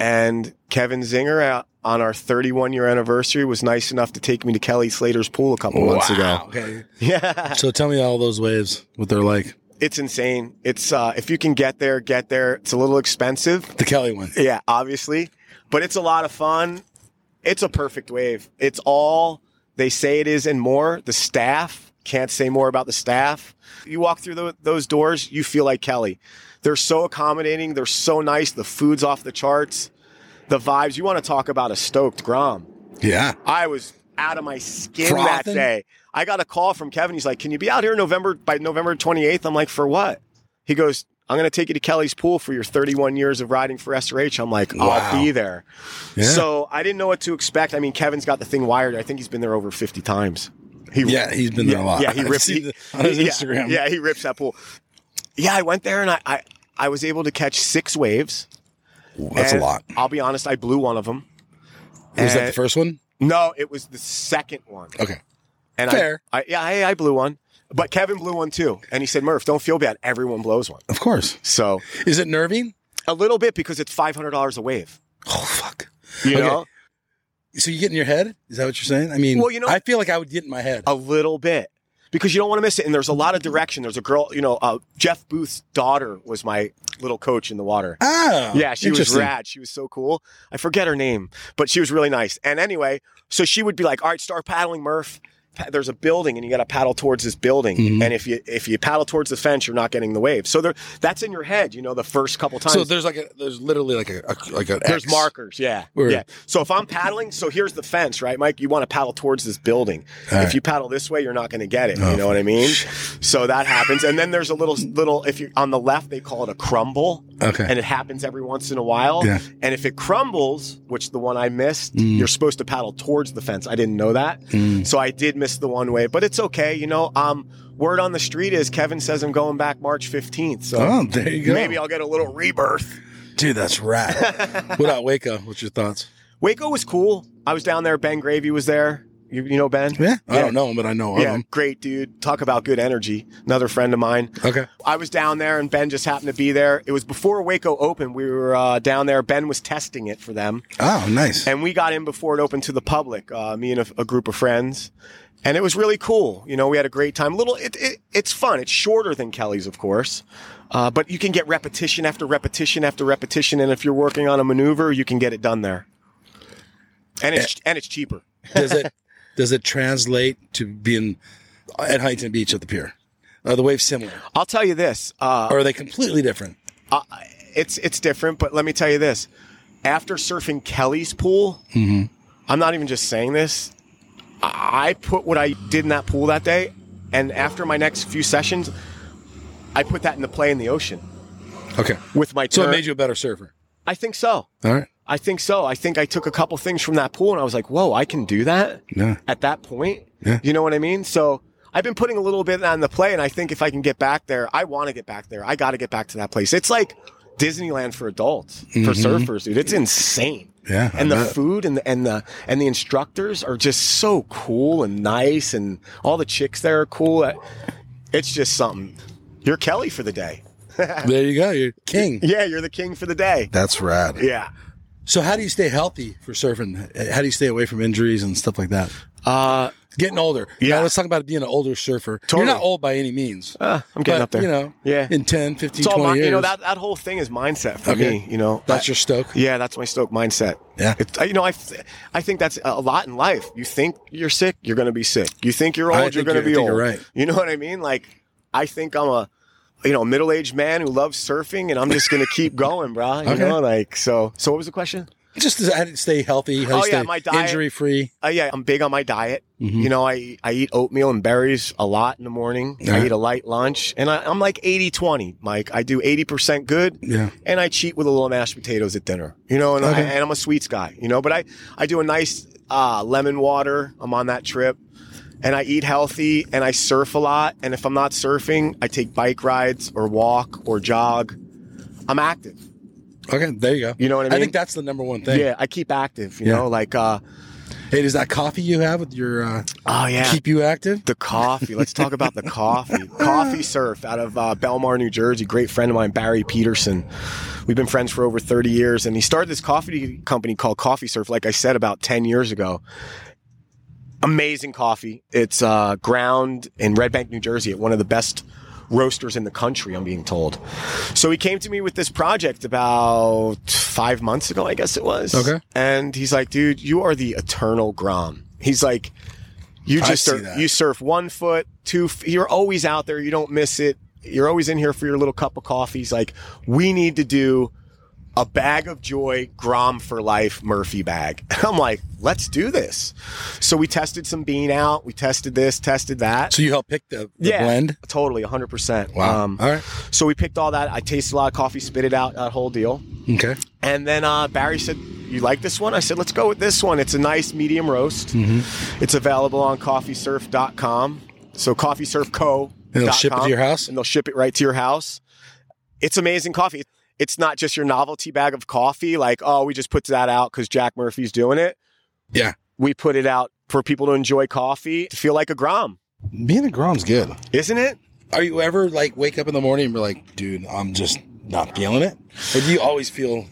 S4: and kevin zinger uh, on our 31 year anniversary was nice enough to take me to kelly slater's pool a couple months ago
S2: Okay.
S4: yeah
S2: So tell me all those waves, what they're like.
S4: it's insane it's uh if you can get there get there it's a little expensive
S2: The Kelly one.
S4: Yeah, obviously. But it's a lot of fun. It's a perfect wave. It's all they say it is and more. The staff can't say more about the staff. You walk through tho- those doors, you feel like Kelly. They're so accommodating. They're so nice. The food's off the charts. The vibes. You want to talk about a stoked Grom.
S2: Yeah.
S4: I was out of my skin that
S2: Frothing?
S4: day. I got a call from Kevin. He's like, "Can you be out here November by November 28th?" I'm like, "For what?" He goes, I'm going to take you to Kelly's Pool for your 31 years of riding for SRH. I'm like, I'll
S2: Wow.
S4: be there.
S2: Yeah.
S4: So I didn't know what to expect. I mean, Kevin's got the thing wired. I think he's been there over 50 times. He,
S2: Yeah, he's been there
S4: yeah,
S2: a lot.
S4: Yeah, he
S2: I've
S4: rips
S2: seen
S4: he-
S2: it on his
S4: yeah,
S2: Instagram.
S4: Yeah, he rips that pool. Yeah, I went there and I, I, I was able to catch six waves.
S2: that's
S4: And
S2: a lot.
S4: I'll be honest, I blew one of them.
S2: Was that
S4: And-
S2: the first one?
S4: No, it was the second one.
S2: Okay.
S4: And
S2: Fair.
S4: I, I yeah, I, I blew one, but Kevin blew one too, and he said, "Murph, don't feel bad. Everyone blows one."
S2: Of course.
S4: So
S2: Is it nerving?
S4: a little bit because it's five hundred dollars a wave.
S2: Oh fuck.
S4: You
S2: Okay.
S4: know,
S2: So you get in your head? Is that what you're saying? I mean,
S4: Well, you know- Oh.
S2: I feel like I would get in my head.
S4: a little bit because you don't want to miss it. And there's a lot of direction. There's a girl, you know, uh, Jeff Booth's daughter was my little coach in the water.
S2: Ah,
S4: Yeah, she was
S2: interesting.
S4: rad. She was so cool. I forget her name, but she was really nice. And anyway, so she would be like, "All right, start paddling, Murph. Pa- There's a building, and you got to paddle towards this building.
S2: Mm-hmm.
S4: And if you if you paddle towards the fence, you're not getting the wave. So there, that's in your head, you know, the first couple times.
S2: So there's like a there's literally like a, a- like a
S4: There's
S2: X.
S4: markers, yeah,
S2: Word.
S4: yeah. So if I'm paddling, so here's the fence, right, Mike? You want to paddle towards this building.
S2: All
S4: if
S2: right.
S4: you paddle this way, you're not going to get it.
S2: Oh,
S4: you know what I mean? So that happens, and then there's a little little. If you on the left, they call it a crumble,
S2: Okay.
S4: and it happens every once in a while.
S2: Yeah. Mm.
S4: And if it crumbles, which the one I missed, you're supposed to paddle towards the fence. I didn't know that, so I did miss the one way, but it's okay. You know, um, word on the street is Kevin says I'm going back March 15th, so
S2: oh, there you go.
S4: maybe I'll get a little rebirth.
S2: Dude, that's rad. what about Waco? What's your thoughts?
S4: Waco was cool. I was down there. Ben Gravy was there. You, you know Ben?
S2: I don't know him, but I know of
S4: Yeah,
S2: him.
S4: great dude. Talk about good energy. Another friend of mine.
S2: Okay.
S4: I was down there, and Ben just happened to be there. It was before Waco opened. We were uh, down there. Ben was testing it for them,
S2: Oh, nice.
S4: and we got in before it opened to the public. Uh, me and a, a group of friends, and it was really cool. You know, we had a great time. Little, it, it it's fun. It's shorter than Kelly's, of course, uh, but you can get repetition after repetition after repetition, and if you're working on a maneuver, you can get it done there. And it's and it's cheaper.
S2: does it does it translate to being at Huntington Beach at the pier? Are the waves similar?
S4: I'll tell you this. Uh,
S2: Or are they completely different?
S4: uh, it's it's different, but let me tell you this: after surfing Kelly's pool, I'm not even just saying this. I I put what I did in that pool that day, and after my next few sessions, I put that into play in the ocean
S2: Okay.
S4: with my.
S2: So it
S4: turn.
S2: made you a better surfer.
S4: I think so.
S2: All right.
S4: I think so. I think I took a couple things from that pool, and I was like, "Whoa, I can do that."
S2: Yeah.
S4: At that point,
S2: Yeah.
S4: you know what I mean. So. I've been putting a little bit on the play, and I think if I can get back there, I want to get back there. I got to get back to that place. It's like Disneyland for adults, for surfers, dude. It's insane.
S2: Mm-hmm. Yeah, I
S4: and the
S2: bet.
S4: food and the and the and the instructors are just so cool and nice, and all the chicks there are cool. It's just something. You're Kelly for the day.
S2: There you go. You're king.
S4: Yeah, you're the king for the day.
S2: That's rad.
S4: Yeah.
S2: So how do you stay healthy for surfing? How do you stay away from injuries and stuff like that?
S4: Uh,
S2: Getting older.
S4: Yeah.
S2: Now let's talk about being an older surfer.
S4: Totally.
S2: You're not old by any means.
S4: uh, I'm getting
S2: but,
S4: up there.
S2: You know,
S4: Yeah.
S2: in 10, 15,
S4: it's all
S2: 20
S4: mind,
S2: years.
S4: you know that that whole thing is mindset for
S2: Okay.
S4: me you know
S2: that's
S4: I-
S2: your stoke.
S4: yeah that's my stoke mindset
S2: Yeah.
S4: It's- you know I, th- I think that's a lot in life you think you're sick you're gonna be sick you think you're
S2: I
S4: old you're
S2: think
S4: gonna
S2: you're- I
S4: be
S2: think
S4: old
S2: you're right.
S4: you know what i mean like i think i'm a you know middle-aged man who loves surfing and i'm just gonna keep going brah. you
S2: Okay.
S4: know like so so what was the question
S2: Just as- how do you stay healthy? How do you
S4: Oh, yeah,
S2: stay
S4: my diet.
S2: injury free?
S4: uh, yeah, I'm big on my diet.
S2: Mhm.
S4: You know, I, I eat oatmeal and berries a lot in the morning.
S2: Yeah.
S4: I eat a light lunch and I, I'm like 80 20, Mike. I do 80% good
S2: Yeah.
S4: and I cheat with a little mashed potatoes at dinner, you know, and, I,
S2: Okay.
S4: and I'm a sweets guy, you know, but I, I do a nice uh, lemon water. I'm on that trip and I eat healthy and I surf a lot. And if I'm not surfing, I take bike rides or walk or jog. I'm active.
S2: Okay, there you go.
S4: You know what I mean?
S2: I think that's the number one thing.
S4: Yeah, I keep active, you
S2: Yeah.
S4: know, like, uh,
S2: Hey, does that coffee you have with your uh,
S4: oh yeah.
S2: keep you active?
S4: The coffee. Let's talk about the coffee. coffee Surf out of uh, Belmar, New Jersey. Great friend of mine, Barry Peterson. We've been friends for over 30 years, and he started this coffee company called Coffee Surf, like I said, about 10 years ago. Amazing coffee. It's uh, ground in Red Bank, New Jersey, at one of the best roasters in the country, I'm being told. So he came to me with this project about five months ago, I guess it was.
S2: Okay.
S4: And he's like, dude, you are the eternal Grom. He's like, you
S2: I
S4: just
S2: see
S4: surf,
S2: that.
S4: you surf one foot, two. f- You're always out there. You don't miss it. You're always in here for your little cup of coffee. He's like, we need to do a bag of joy Grom for life Murphy bag. I'm like, let's do this. So we tested some bean out. We tested this, tested that.
S2: So you help pick the, the blend.
S4: Totally, 100%.
S2: Wow.
S4: Um,
S2: All right.
S4: so we picked all that. I tasted a lot of coffee, spit it out, that whole deal.
S2: Okay.
S4: And then uh, Barry said, "You like this one?" I said, "Let's go with this one. It's a nice medium roast.
S2: Mm-hmm.
S4: It's available on CoffeeSurf.com. So CoffeeSurfCo.
S2: And they'll ship it to your house?
S4: and they'll ship it right to your house. It's amazing coffee. It's not just your novelty bag of coffee. Like, oh, we just put that out because Jack Murphy's doing it.
S2: Yeah.
S4: we put it out for people to enjoy coffee, to feel like a Grom,
S2: Being a Grom's good.
S4: isn't it?
S2: Are you ever like wake up in the morning and be like, dude, I'm just not feeling it? Or do you always feel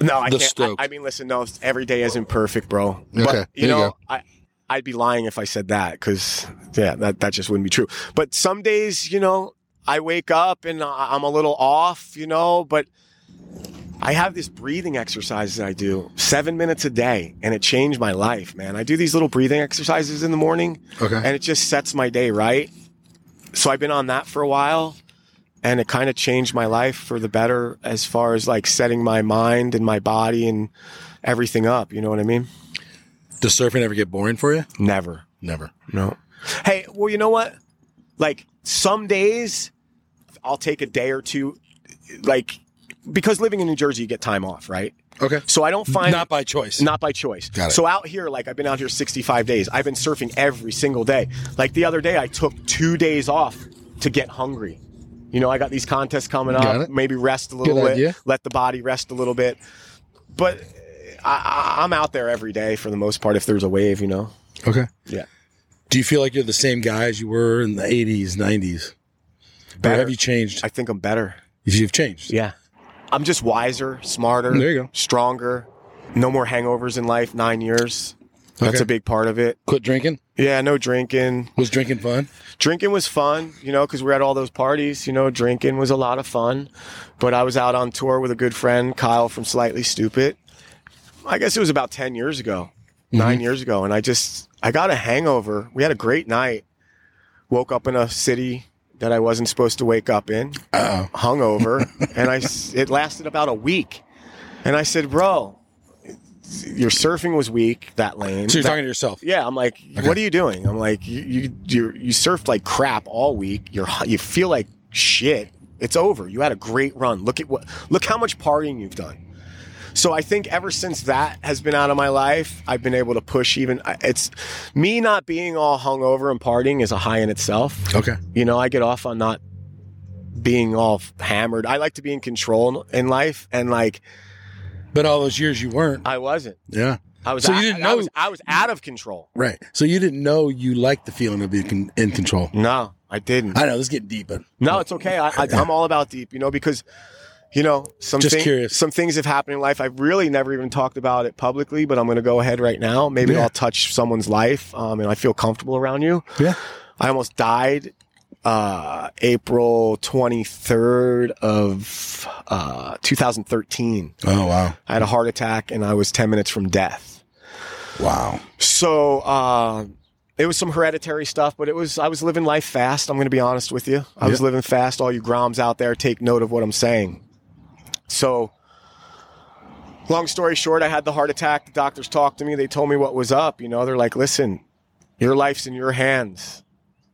S4: No, I
S2: The
S4: can't.
S2: Stoke.
S4: I, I mean, listen, no, every day isn't perfect, bro.
S2: Okay,
S4: but,
S2: there
S4: you
S2: you
S4: know,
S2: go.
S4: I, I'd be lying if I said that because, yeah, that, that just wouldn't be true. But some days, you know, I wake up and I- I'm a little off, you know, but I have this breathing exercise that I do seven minutes a day, and it changed my life, man. I do these little breathing exercises in the morning,
S2: Okay.
S4: and it just sets my day right. So I've been on that for a while, and it kind of changed my life for the better as far as like setting my mind and my body and everything up. You know what I mean?
S2: does surfing ever get boring for you?
S4: Never.
S2: Never.
S4: No. Hey, well, you know what? Like some days, I'll take a day or two, like because living in New Jersey, you get time off, right?
S2: Okay.
S4: So I don't find
S2: Not by choice.
S4: not by choice.
S2: Got it.
S4: So out here, like I've been out here 65 days. I've been surfing every single day. Like the other day, I took two days off to get hungry. You know, I got these contests coming
S2: Got
S4: up.
S2: it.
S4: Maybe rest a little
S2: Good
S4: bit.
S2: idea.
S4: Let the body rest a little bit. But I, I, I'm out there every day for the most part. If there's a wave, you know.
S2: Okay.
S4: Yeah.
S2: Do you feel like you're the same guy as you were in the 80s, 90s? Or
S4: Better.
S2: have you changed?
S4: I think I'm better.
S2: You've changed.
S4: Yeah. I'm just wiser, smarter.
S2: There you go.
S4: Stronger. No more hangovers in life. Nine years. That's
S2: Okay.
S4: a big part of it.
S2: Quit drinking?
S4: Yeah, no drinking.
S2: Was drinking fun?
S4: drinking was fun, you know, because we were at all those parties, you know, drinking was a lot of fun. But I was out on tour with a good friend, Kyle from Slightly Stupid. I guess it was about 10 years ago, nine years ago. And I just, I got a hangover. We had a great night. Woke up in a city that I wasn't supposed to wake up in,
S2: Uh oh.
S4: hungover. and I, s- it lasted about a week. And I said, bro, your surfing was weak, that lane.
S2: So you're
S4: That-
S2: talking to yourself.
S4: yeah, I'm like, what are you doing? I'm like, you you you're, you surfed like crap all week. You're hu- you feel like shit. It's over. You had a great run. Look at what look how much partying you've done. So I think ever since that has been out of my life, I've been able to push even. I- It's me not being all hungover and partying is a high in itself.
S2: Okay.
S4: You know, I get off on not being all hammered. I like to be in control in life, and like
S2: But all those years you weren't.
S4: I wasn't.
S2: Yeah.
S4: I was.
S2: So you
S4: out-
S2: didn't
S4: I
S2: know-
S4: was, I was out of control.
S2: Right. So you didn't know you liked the feeling of being con- in control.
S4: No, I didn't.
S2: I know this is getting deep, but
S4: No, it's okay. I, I, I'm all about deep, you know, because you know some
S2: Just
S4: thing-
S2: curious.
S4: some things have happened in life. I've really never even talked about it publicly, but I'm going to go ahead right now. Maybe
S2: Yeah.
S4: I'll touch someone's life, um, and I feel comfortable around you.
S2: yeah.
S4: I almost died uh, April 23rd of uh, 2013.
S2: Oh wow.
S4: I had a heart attack, and I was 10 minutes from death.
S2: Wow.
S4: So uh, it was some hereditary stuff, but it was I was living life fast. I'm going to be honest with you. I was
S2: Yeah.
S4: living fast. All you groms out there, take note of what I'm saying. So, long story short, I had the heart attack. The doctors talked to me. They told me what was up. You know, they're like, "Listen, your life's in your hands.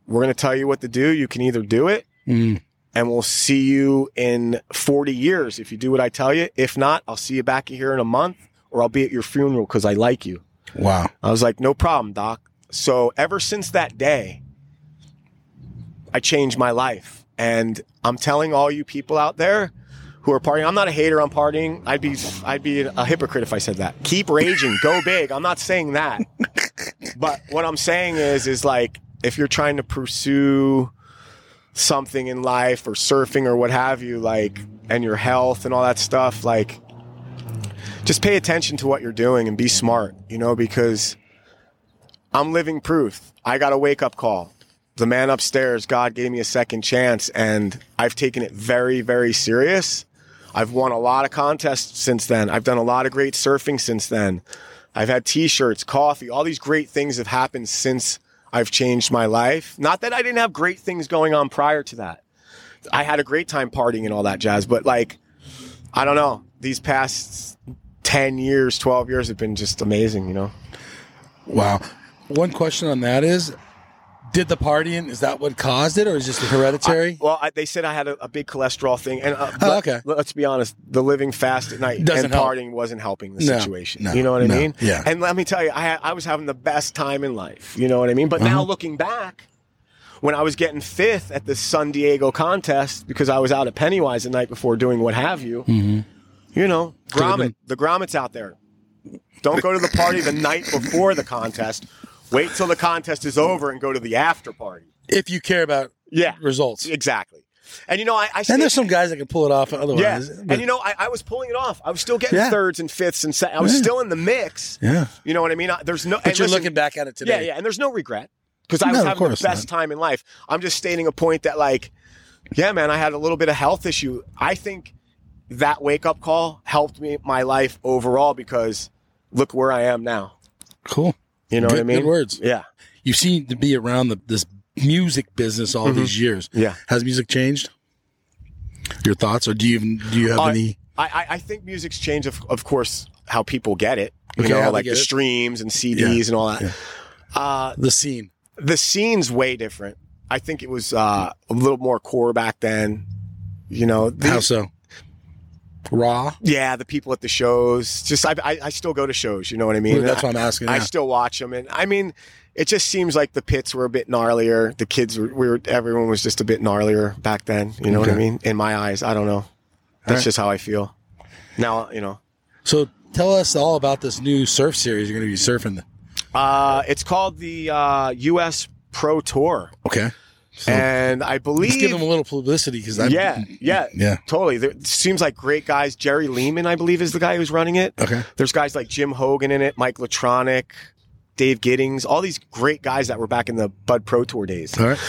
S4: We're going to tell you what to do. You can either do it."
S2: Mm.
S4: And we'll see you in 40 years if you do what I tell you. If not, I'll see you back here in a month or I'll be at your funeral because I like you.
S2: Wow.
S4: I was like, no problem, doc. So ever since that day, I changed my life. And I'm telling all you people out there who are partying, I'm not a hater on partying. I'd be I'd be a hypocrite if I said that. Keep raging, go big. I'm not saying that. But what I'm saying is is like if you're trying to pursue something in life or surfing or what have you, like and your health and all that stuff, like just pay attention to what you're doing and be smart, you know, because I'm living proof. I got a wake up call. The man upstairs, God gave me a second chance, and I've taken it very, very serious. I've won a lot of contests since then. I've done a lot of great surfing since then. I've had t shirts, coffee, all these great things have happened since I've changed my life. Not that I didn't have great things going on prior to that. I had a great time partying and all that jazz, but like, I don't know. these past 10 years, 12 years have been just amazing, you know?
S2: Wow. One question on that is did the partying, is that what caused it or is this hereditary?
S4: Well, I, they said I had a, a big cholesterol thing, and uh,
S2: Oh,
S4: let-
S2: okay.
S4: Let's be honest, the living fast at night
S2: Doesn't
S4: and
S2: help.
S4: partying wasn't helping the
S2: No,
S4: situation.
S2: no,
S4: you know what
S2: no,
S4: I mean?
S2: yeah.
S4: And let me tell you, I had, I was having the best time in life. You know what I mean? But
S2: Uh-huh.
S4: now looking back, when I was getting fifth at the San Diego contest because I was out at Pennywise the night before doing what have you, you know,
S2: Mm-hmm. Could've
S4: grommet,
S2: been-
S4: the grommets out there. Don't go to the party the night before the contest. Wait till the contest is over and go to the after party.
S2: if you care about
S4: Yeah.
S2: results.
S4: Exactly. And you know, I, I
S2: And there's
S4: stayed-
S2: some guys that can pull it off
S4: yeah.
S2: otherwise. but-
S4: and you know, I, I was pulling it off. I was still getting
S2: Yeah.
S4: thirds and fifths and se- I was
S2: Yeah.
S4: still in the mix.
S2: yeah.
S4: You know what I mean? I, there's no.
S2: But you're looking back at it today.
S4: Yeah, yeah. And there's no regret because I
S2: No,
S4: was
S2: of
S4: having the
S2: course
S4: best time in life. I'm just stating a point that, like, yeah, man, I had a little bit of health issue. I think that wake up call helped me my life overall because look where I am now.
S2: Cool.
S4: You know
S2: Good-
S4: what I mean?
S2: good words.
S4: Yeah.
S2: You seem to be around the, this music business
S4: Mm-hmm.
S2: all these years.
S4: Yeah.
S2: Has music changed? Your thoughts, or do you even do you have
S4: I-
S2: any?
S4: I, I, I think music's changed, of, of course, how people get it. You
S2: Okay, how
S4: know,
S2: they
S4: like the
S2: get it.
S4: streams and CDs
S2: Yeah,
S4: and all that. Uh,
S2: The scene.
S4: the scene's way different. I think it was uh, a little more core back then. You know, the-
S2: How so? Raw.
S4: yeah, the people at the shows. Just I, I, I still go to shows. You know what I mean?
S2: That's
S4: I,
S2: what I'm asking.
S4: I
S2: yeah.
S4: still watch them, and I mean, it just seems like the pits were a bit gnarlier. The kids were, we were everyone was just a bit gnarlier back then. You know what I
S2: Okay.
S4: mean? In my eyes, I don't know. That's
S2: right.
S4: just how I feel. Now, you know.
S2: so tell us all about this new surf series you're going to be surfing.
S4: Uh, it's called the uh, U.S. Pro Tour,
S2: Okay. So
S4: and I
S2: let's give them
S4: believe.
S2: a little publicity because I'm
S4: Yeah, yeah,
S2: yeah.
S4: totally. There seems like great guys. Jerry Lehman, I believe, is the guy who's running it.
S2: Okay.
S4: There's guys like Jim Hogan in it, Mike Latronic, Dave Giddings, all these great guys that were back in the Bud Pro Tour days.
S2: All right.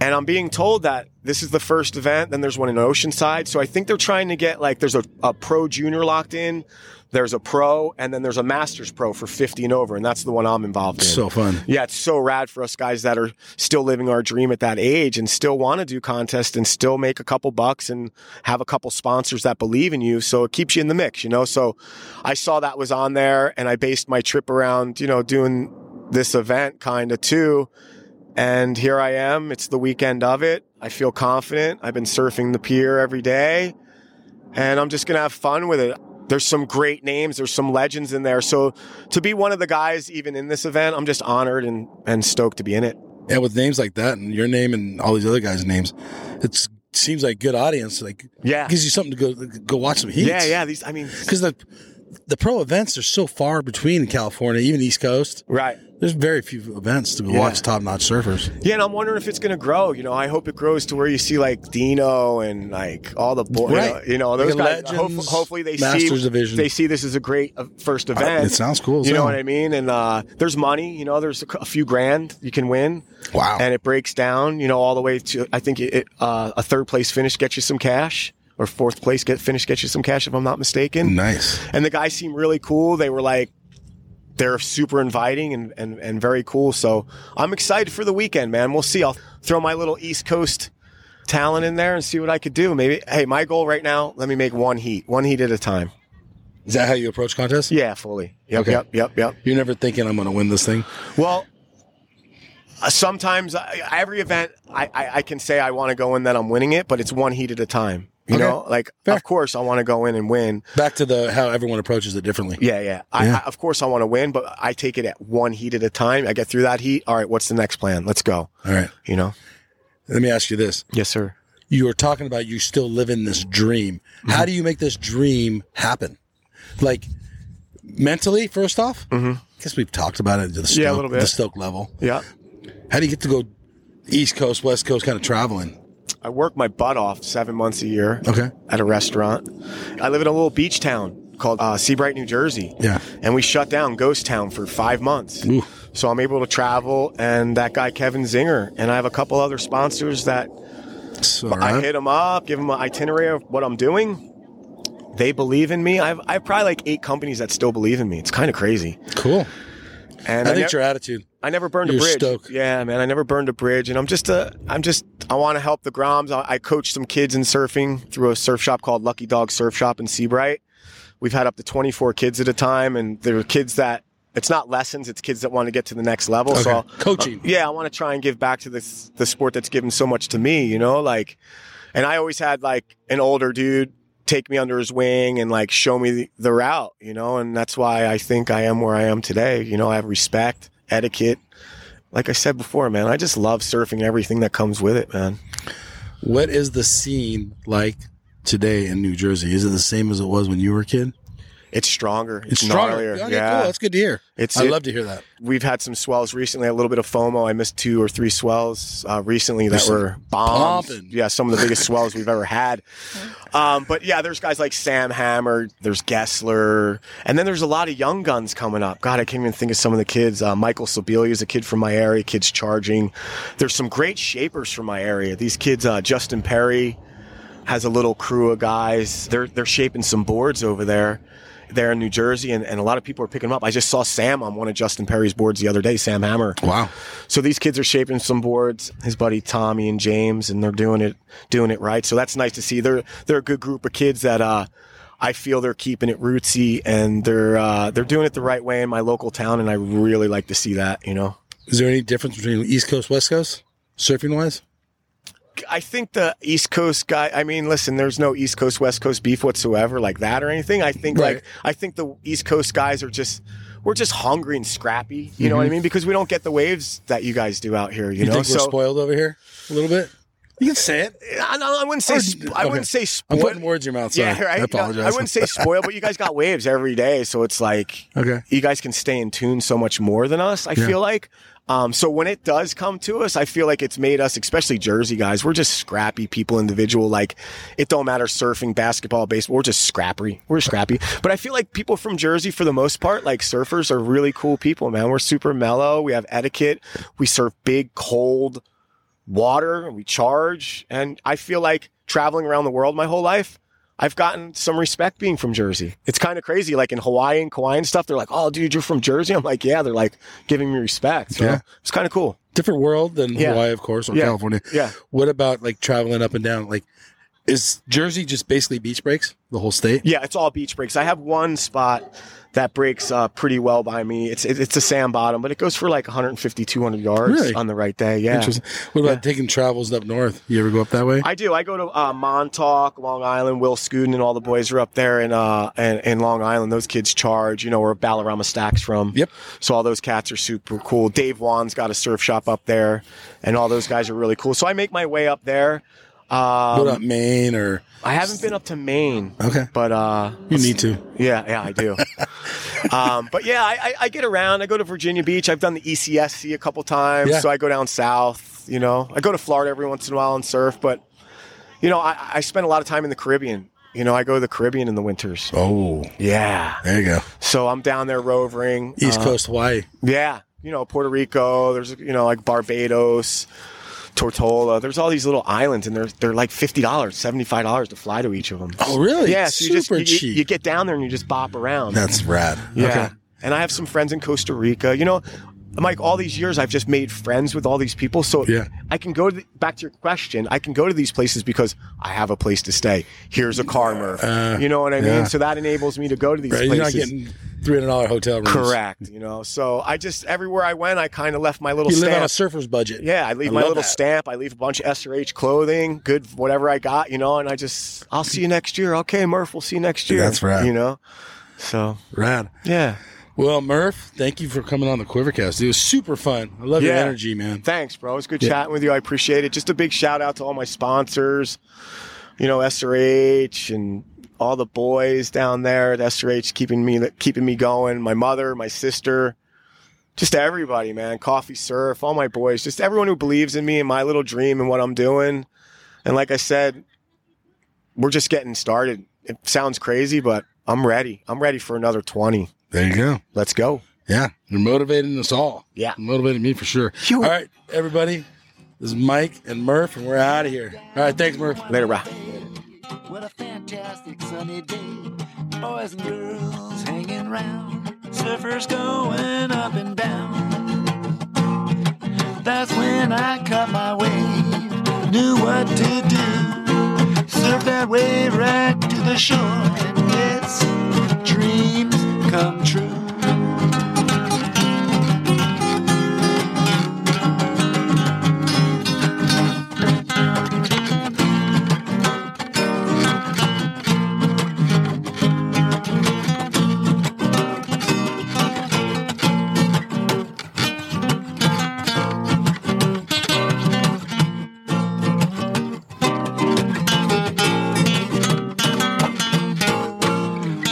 S4: And I'm being told that this is the first event. Then there's one in Oceanside. So I think they're trying to get like there's a, a pro junior locked in, there's a pro, and then there's a masters pro for 50 and over, and that's the one I'm involved in.
S2: So fun.
S4: Yeah, it's so rad for us guys that are still living our dream at that age and still want to do contests and still make a couple bucks and have a couple sponsors that believe in you. So it keeps you in the mix, you know? So I saw that was on there and I based my trip around, you know, doing this event kind of too. And here I am. It's the weekend of it. I feel confident. I've been surfing the pier every day and I'm just going to have fun with it. There's some great names, there's some legends in there. So to be one of the guys even in this event, I'm just honored and, and stoked to be in it.
S2: And with names like that, and your name, and all these other guys' names, it seems like good audience. Like
S4: Yeah.
S2: gives you something to go go watch some heat.
S4: Yeah, yeah. These I mean
S2: Because the the pro events are so far between in California, even East Coast.
S4: Right.
S2: There's very few events to
S4: Yeah.
S2: watch top notch surfers.
S4: Yeah, and I'm wondering if it's gonna grow. You know, I hope it grows to where you see like Dino and like all the boys.
S2: Right.
S4: You know, those
S2: Like
S4: guys.
S2: the
S4: hope-
S2: legends,
S4: hopefully they see
S2: Masters division.
S4: they see this as a great uh, first event.
S2: It sounds cool. as
S4: You know
S2: hell.
S4: what I mean? And uh, there's money. You know, there's a, c- a few grand you can win.
S2: Wow.
S4: And it breaks down. You know, all the way to I think it, it, uh, a third place finish gets you some cash, or fourth place get finish gets you some cash if I'm not mistaken.
S2: Nice.
S4: And the guys seem really cool. They were like. They're super inviting and, and, and very cool. So I'm excited for the weekend, man. We'll see. I'll throw my little East Coast talent in there and see what I could do. Maybe, hey, my goal right now, let me make one heat, one heat at a time.
S2: Is that how you approach contests?
S4: Yeah, fully. Yep,
S2: Okay.
S4: yep, yep, yep.
S2: You're never thinking I'm going to win this thing.
S4: Well, uh, sometimes I, every event I, I, I can say I want to go in that I'm winning it, but it's one heat at a time. You
S2: Okay.
S4: know, like
S2: Fair.
S4: of course I want to go in and win.
S2: Back to the how everyone approaches it differently.
S4: Yeah, yeah. I,
S2: Yeah.
S4: I, of course I want to win, but I take it at one heat at a time. I get through that heat. All right, what's the next plan? Let's go.
S2: All right.
S4: You know.
S2: Let me ask you this.
S4: Yes, sir.
S2: You were talking about you still live in this dream.
S4: Mm-hmm.
S2: How do you make this dream happen? Like mentally, first off, mm-hmm. I guess we've talked about it. The Stoke,
S4: Yeah, a little bit.
S2: The Stoke level.
S4: Yeah.
S2: How do you get to go East Coast, West Coast, kind of traveling?
S4: I work my butt off seven months a year.
S2: Okay.
S4: At a restaurant. I live in a little beach town called uh, Seabright, New Jersey.
S2: Yeah.
S4: And we shut down Ghost Town for five months.
S2: Ooh.
S4: So I'm able to travel, and that guy Kevin Zinger, and I have a couple other sponsors that
S2: So,
S4: I
S2: right.
S4: hit them up, give them an itinerary of what I'm doing. They believe in me. I've, I've probably like eight companies that still believe in me. It's kind of crazy.
S2: Cool.
S4: And
S2: I, think
S4: nev-
S2: your attitude.
S4: I never burned a
S2: You're
S4: bridge.
S2: stoked.
S4: Yeah, man, I never burned a bridge, and I'm just a, I'm just, I want to help the Groms. I, I coach some kids in surfing through a surf shop called Lucky Dog Surf Shop in Seabright. We've had up to 24 kids at a time, and there are kids that it's not lessons; it's kids that want to get to the next level. So uh, I'll-
S2: Coaching.
S4: yeah, I want to try and give back to this the sport that's given so much to me, you know, like and I always had like an older dude take me under his wing and like show me the, the route, you know, and that's why I think I am where I am today. You know, I have respect, etiquette. Like I said before, man, I just love surfing and everything that comes with it, man.
S2: What is the scene like today in New Jersey? Is it the same as it was when you were a kid?
S4: It's stronger. It's, gnarlier.
S2: Okay,
S4: yeah.
S2: cool. That's good to hear.
S4: It's
S2: I
S4: it-
S2: love to hear that.
S4: we've had some swells recently. A little bit of FOMO. I missed two or three swells uh, recently that
S2: There's some
S4: were bombs.
S2: pumping.
S4: Yeah, some of the biggest swells we've ever had. Um, but yeah, there's guys like Sam Hammer. There's Gessler, and then there's a lot of young guns coming up. God, I can't even think of some of the kids. Uh, Michael Sobelia is a kid from my area. Kids charging. There's some great shapers from my area. These kids, uh, Justin Perry has a little crew of guys. They're they're shaping some boards over there, there in New Jersey, and, and a lot of people are picking them up. I just saw Sam on one of Justin Perry's boards the other day, Sam Hammer.
S2: Wow.
S4: So these kids are shaping some boards. His buddy Tommy and James, and they're doing it doing it right. So that's nice to see. They're they're a good group of kids that uh, I feel they're keeping it rootsy and they're uh, they're doing it the right way in my local town, and I really like to see that. You know.
S2: Is there any difference between East Coast, West Coast, surfing wise?
S4: I think the East Coast guy. I mean, listen, there's no East Coast West Coast beef whatsoever, like that or anything. I think
S2: Right.
S4: like I think the East Coast guys are just we're just hungry and scrappy. You know what I mean? Because we don't get the waves that you guys do out here.
S2: Mm-hmm.
S4: You,
S2: You,
S4: know,
S2: think
S4: so
S2: we're spoiled over here a little bit? You can say it.
S4: I, I wouldn't say
S2: Or-
S4: sp- I
S2: okay.
S4: wouldn't say
S2: I'm
S4: spoiled.
S2: putting words in your mouth. Sorry.
S4: Yeah, right.
S2: I
S4: You know,
S2: apologize.
S4: I wouldn't say spoiled, but you guys got waves every day, so it's like
S2: Okay.
S4: you guys can stay in tune so much more than us. I feel like. Um, so when it does come to us, I feel like it's made us, especially Jersey guys, we're just scrappy people, individual. Like it don't matter surfing, basketball, baseball. We're just scrappy. We're scrappy. But I feel like people from Jersey, for the most part, like surfers are really cool people, man. We're super mellow. We have etiquette. We surf big, cold water. We charge. And I feel like traveling around the world my whole life, I've gotten some respect being from Jersey. It's kind of crazy. Like in Hawaii and Kauaian stuff, they're like, oh, dude, you're from Jersey. I'm like, yeah, they're like giving me respect. So
S2: Yeah.
S4: it's kind of cool.
S2: Different world than
S4: Yeah.
S2: Hawaii, of course, or
S4: Yeah.
S2: California.
S4: Yeah.
S2: What about like traveling up and down? Like, is Jersey just basically beach breaks the whole state?
S4: Yeah, it's all beach breaks. I have one spot that breaks uh, pretty well by me. It's it, it's a sand bottom, but it goes for like 150, 200 yards
S2: Really?
S4: on the right day. Yeah.
S2: Interesting. What about taking travels up north? You ever go up that way?
S4: I do. I go to uh, Montauk, Long Island. Will Scooten and all the boys are up there in uh in, in Long Island. Those kids charge, you know, where Ballarama stacks from.
S2: Yep.
S4: So all those cats are super cool. Dave Wan's got a surf shop up there, and all those guys are really cool. So I make my way up there.
S2: what
S4: Um,
S2: about Maine or?
S4: I haven't been up to Maine,
S2: Okay.
S4: but uh,
S2: You need to.
S4: yeah, yeah, I do. um, but yeah, I, I, I get around. I go to Virginia Beach. I've done the E ECSC a couple times,
S2: Yeah.
S4: so I go down south. You know, I go to Florida every once in a while and surf. But you know, I, I spend a lot of time in the Caribbean. You know, I go to the Caribbean in the winters.
S2: Oh,
S4: Yeah,
S2: there you go.
S4: so I'm down there rovering.
S2: East
S4: Uh,
S2: Coast Hawaii.
S4: yeah, you know, Puerto Rico. There's you know like Barbados. Tortola, there's all these little islands, and they're they're like fifty dollars, seventy five dollars to fly to each of them.
S2: Oh, really?
S4: Yeah, so you just
S2: Super
S4: you, you-
S2: cheap.
S4: you get down there and you just bop around.
S2: That's rad.
S4: Yeah.
S2: Okay.
S4: And I have some friends in Costa Rica. You know, Mike, all these years I've just made friends with all these people. So
S2: Yeah.
S4: I can go to the, back to your question. I can go to these places because I have a place to stay. Here's a car Murph.
S2: Uh,
S4: you know what I mean?
S2: yeah.
S4: So that enables me to go to these
S2: Right? You're not
S4: places.
S2: getting three hundred dollar hotel rooms.
S4: Correct. You know, so I just everywhere I went, I kind of left my little
S2: You live
S4: stamp.
S2: on a surfer's budget.
S4: yeah, I leave
S2: I
S4: my
S2: love
S4: little
S2: that.
S4: stamp. I leave a bunch of SRH clothing, good whatever I got, you know, and I just I'll see you next year. Okay, Murph, we'll see you next year.
S2: That's right.
S4: You know, so
S2: Rad.
S4: yeah.
S2: Well, Murph, thank you for coming on the Quivercast. It was super fun. I love your
S4: Yeah.
S2: energy, man.
S4: Thanks, bro. It was good chatting with you. I appreciate it. Just a big shout out to all my sponsors, you know, SRH and all the boys down there at SRH keeping me keeping me going. My mother, my sister, just everybody, man. Coffee Surf, all my boys, just everyone who believes in me and my little dream and what I'm doing. And like I said, we're just getting started. It sounds crazy, but I'm ready. I'm ready for another 20.
S2: There you go.
S4: Let's go.
S2: Yeah, you're motivating us all.
S4: Yeah.
S2: motivating me for sure.
S4: You-
S2: All right, everybody. This is Mike and Murph, and we're out of here. All right, thanks, Murph.
S4: Later, bro.
S3: What a fantastic sunny day. Boys and girls hanging round. Surfers going up and down. That's when I caught my wave. Knew what to do. Surf that wave right to the shore. And it's dreams come true.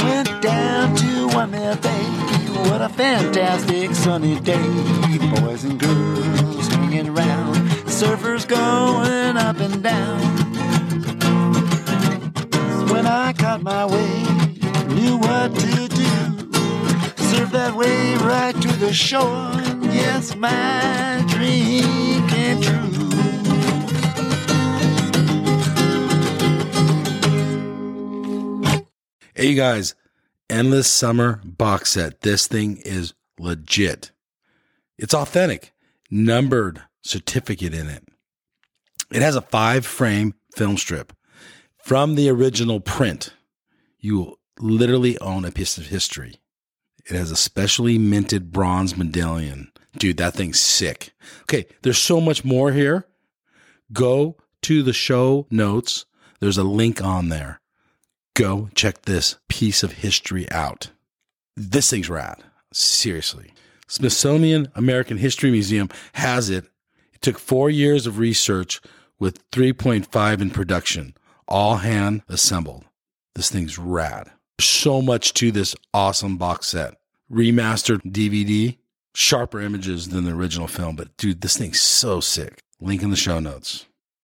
S3: Went down to Waimea Bay. What a fantastic sunny day. Boys and girls hanging around. Surfers going up and down. When I caught my wave, knew what to do. Surf that wave right to the shore. Yes, my dream came true.
S2: Hey, you guys, Endless Summer box set. This thing is legit. It's authentic, numbered certificate in it. It has a five frame film strip from the original print. You literally own a piece of history. It has a specially minted bronze medallion. Dude, that thing's sick. Okay, there's so much more here. Go to the show notes. There's a link on there go check this piece of history out. This thing's rad. Seriously. Smithsonian American History Museum has it. It took four years of research with 3.5 in production, all hand assembled. This thing's rad. So much to this awesome box set. Remastered DVD, sharper images than the original film, but dude, this thing's so sick. Link in the show notes.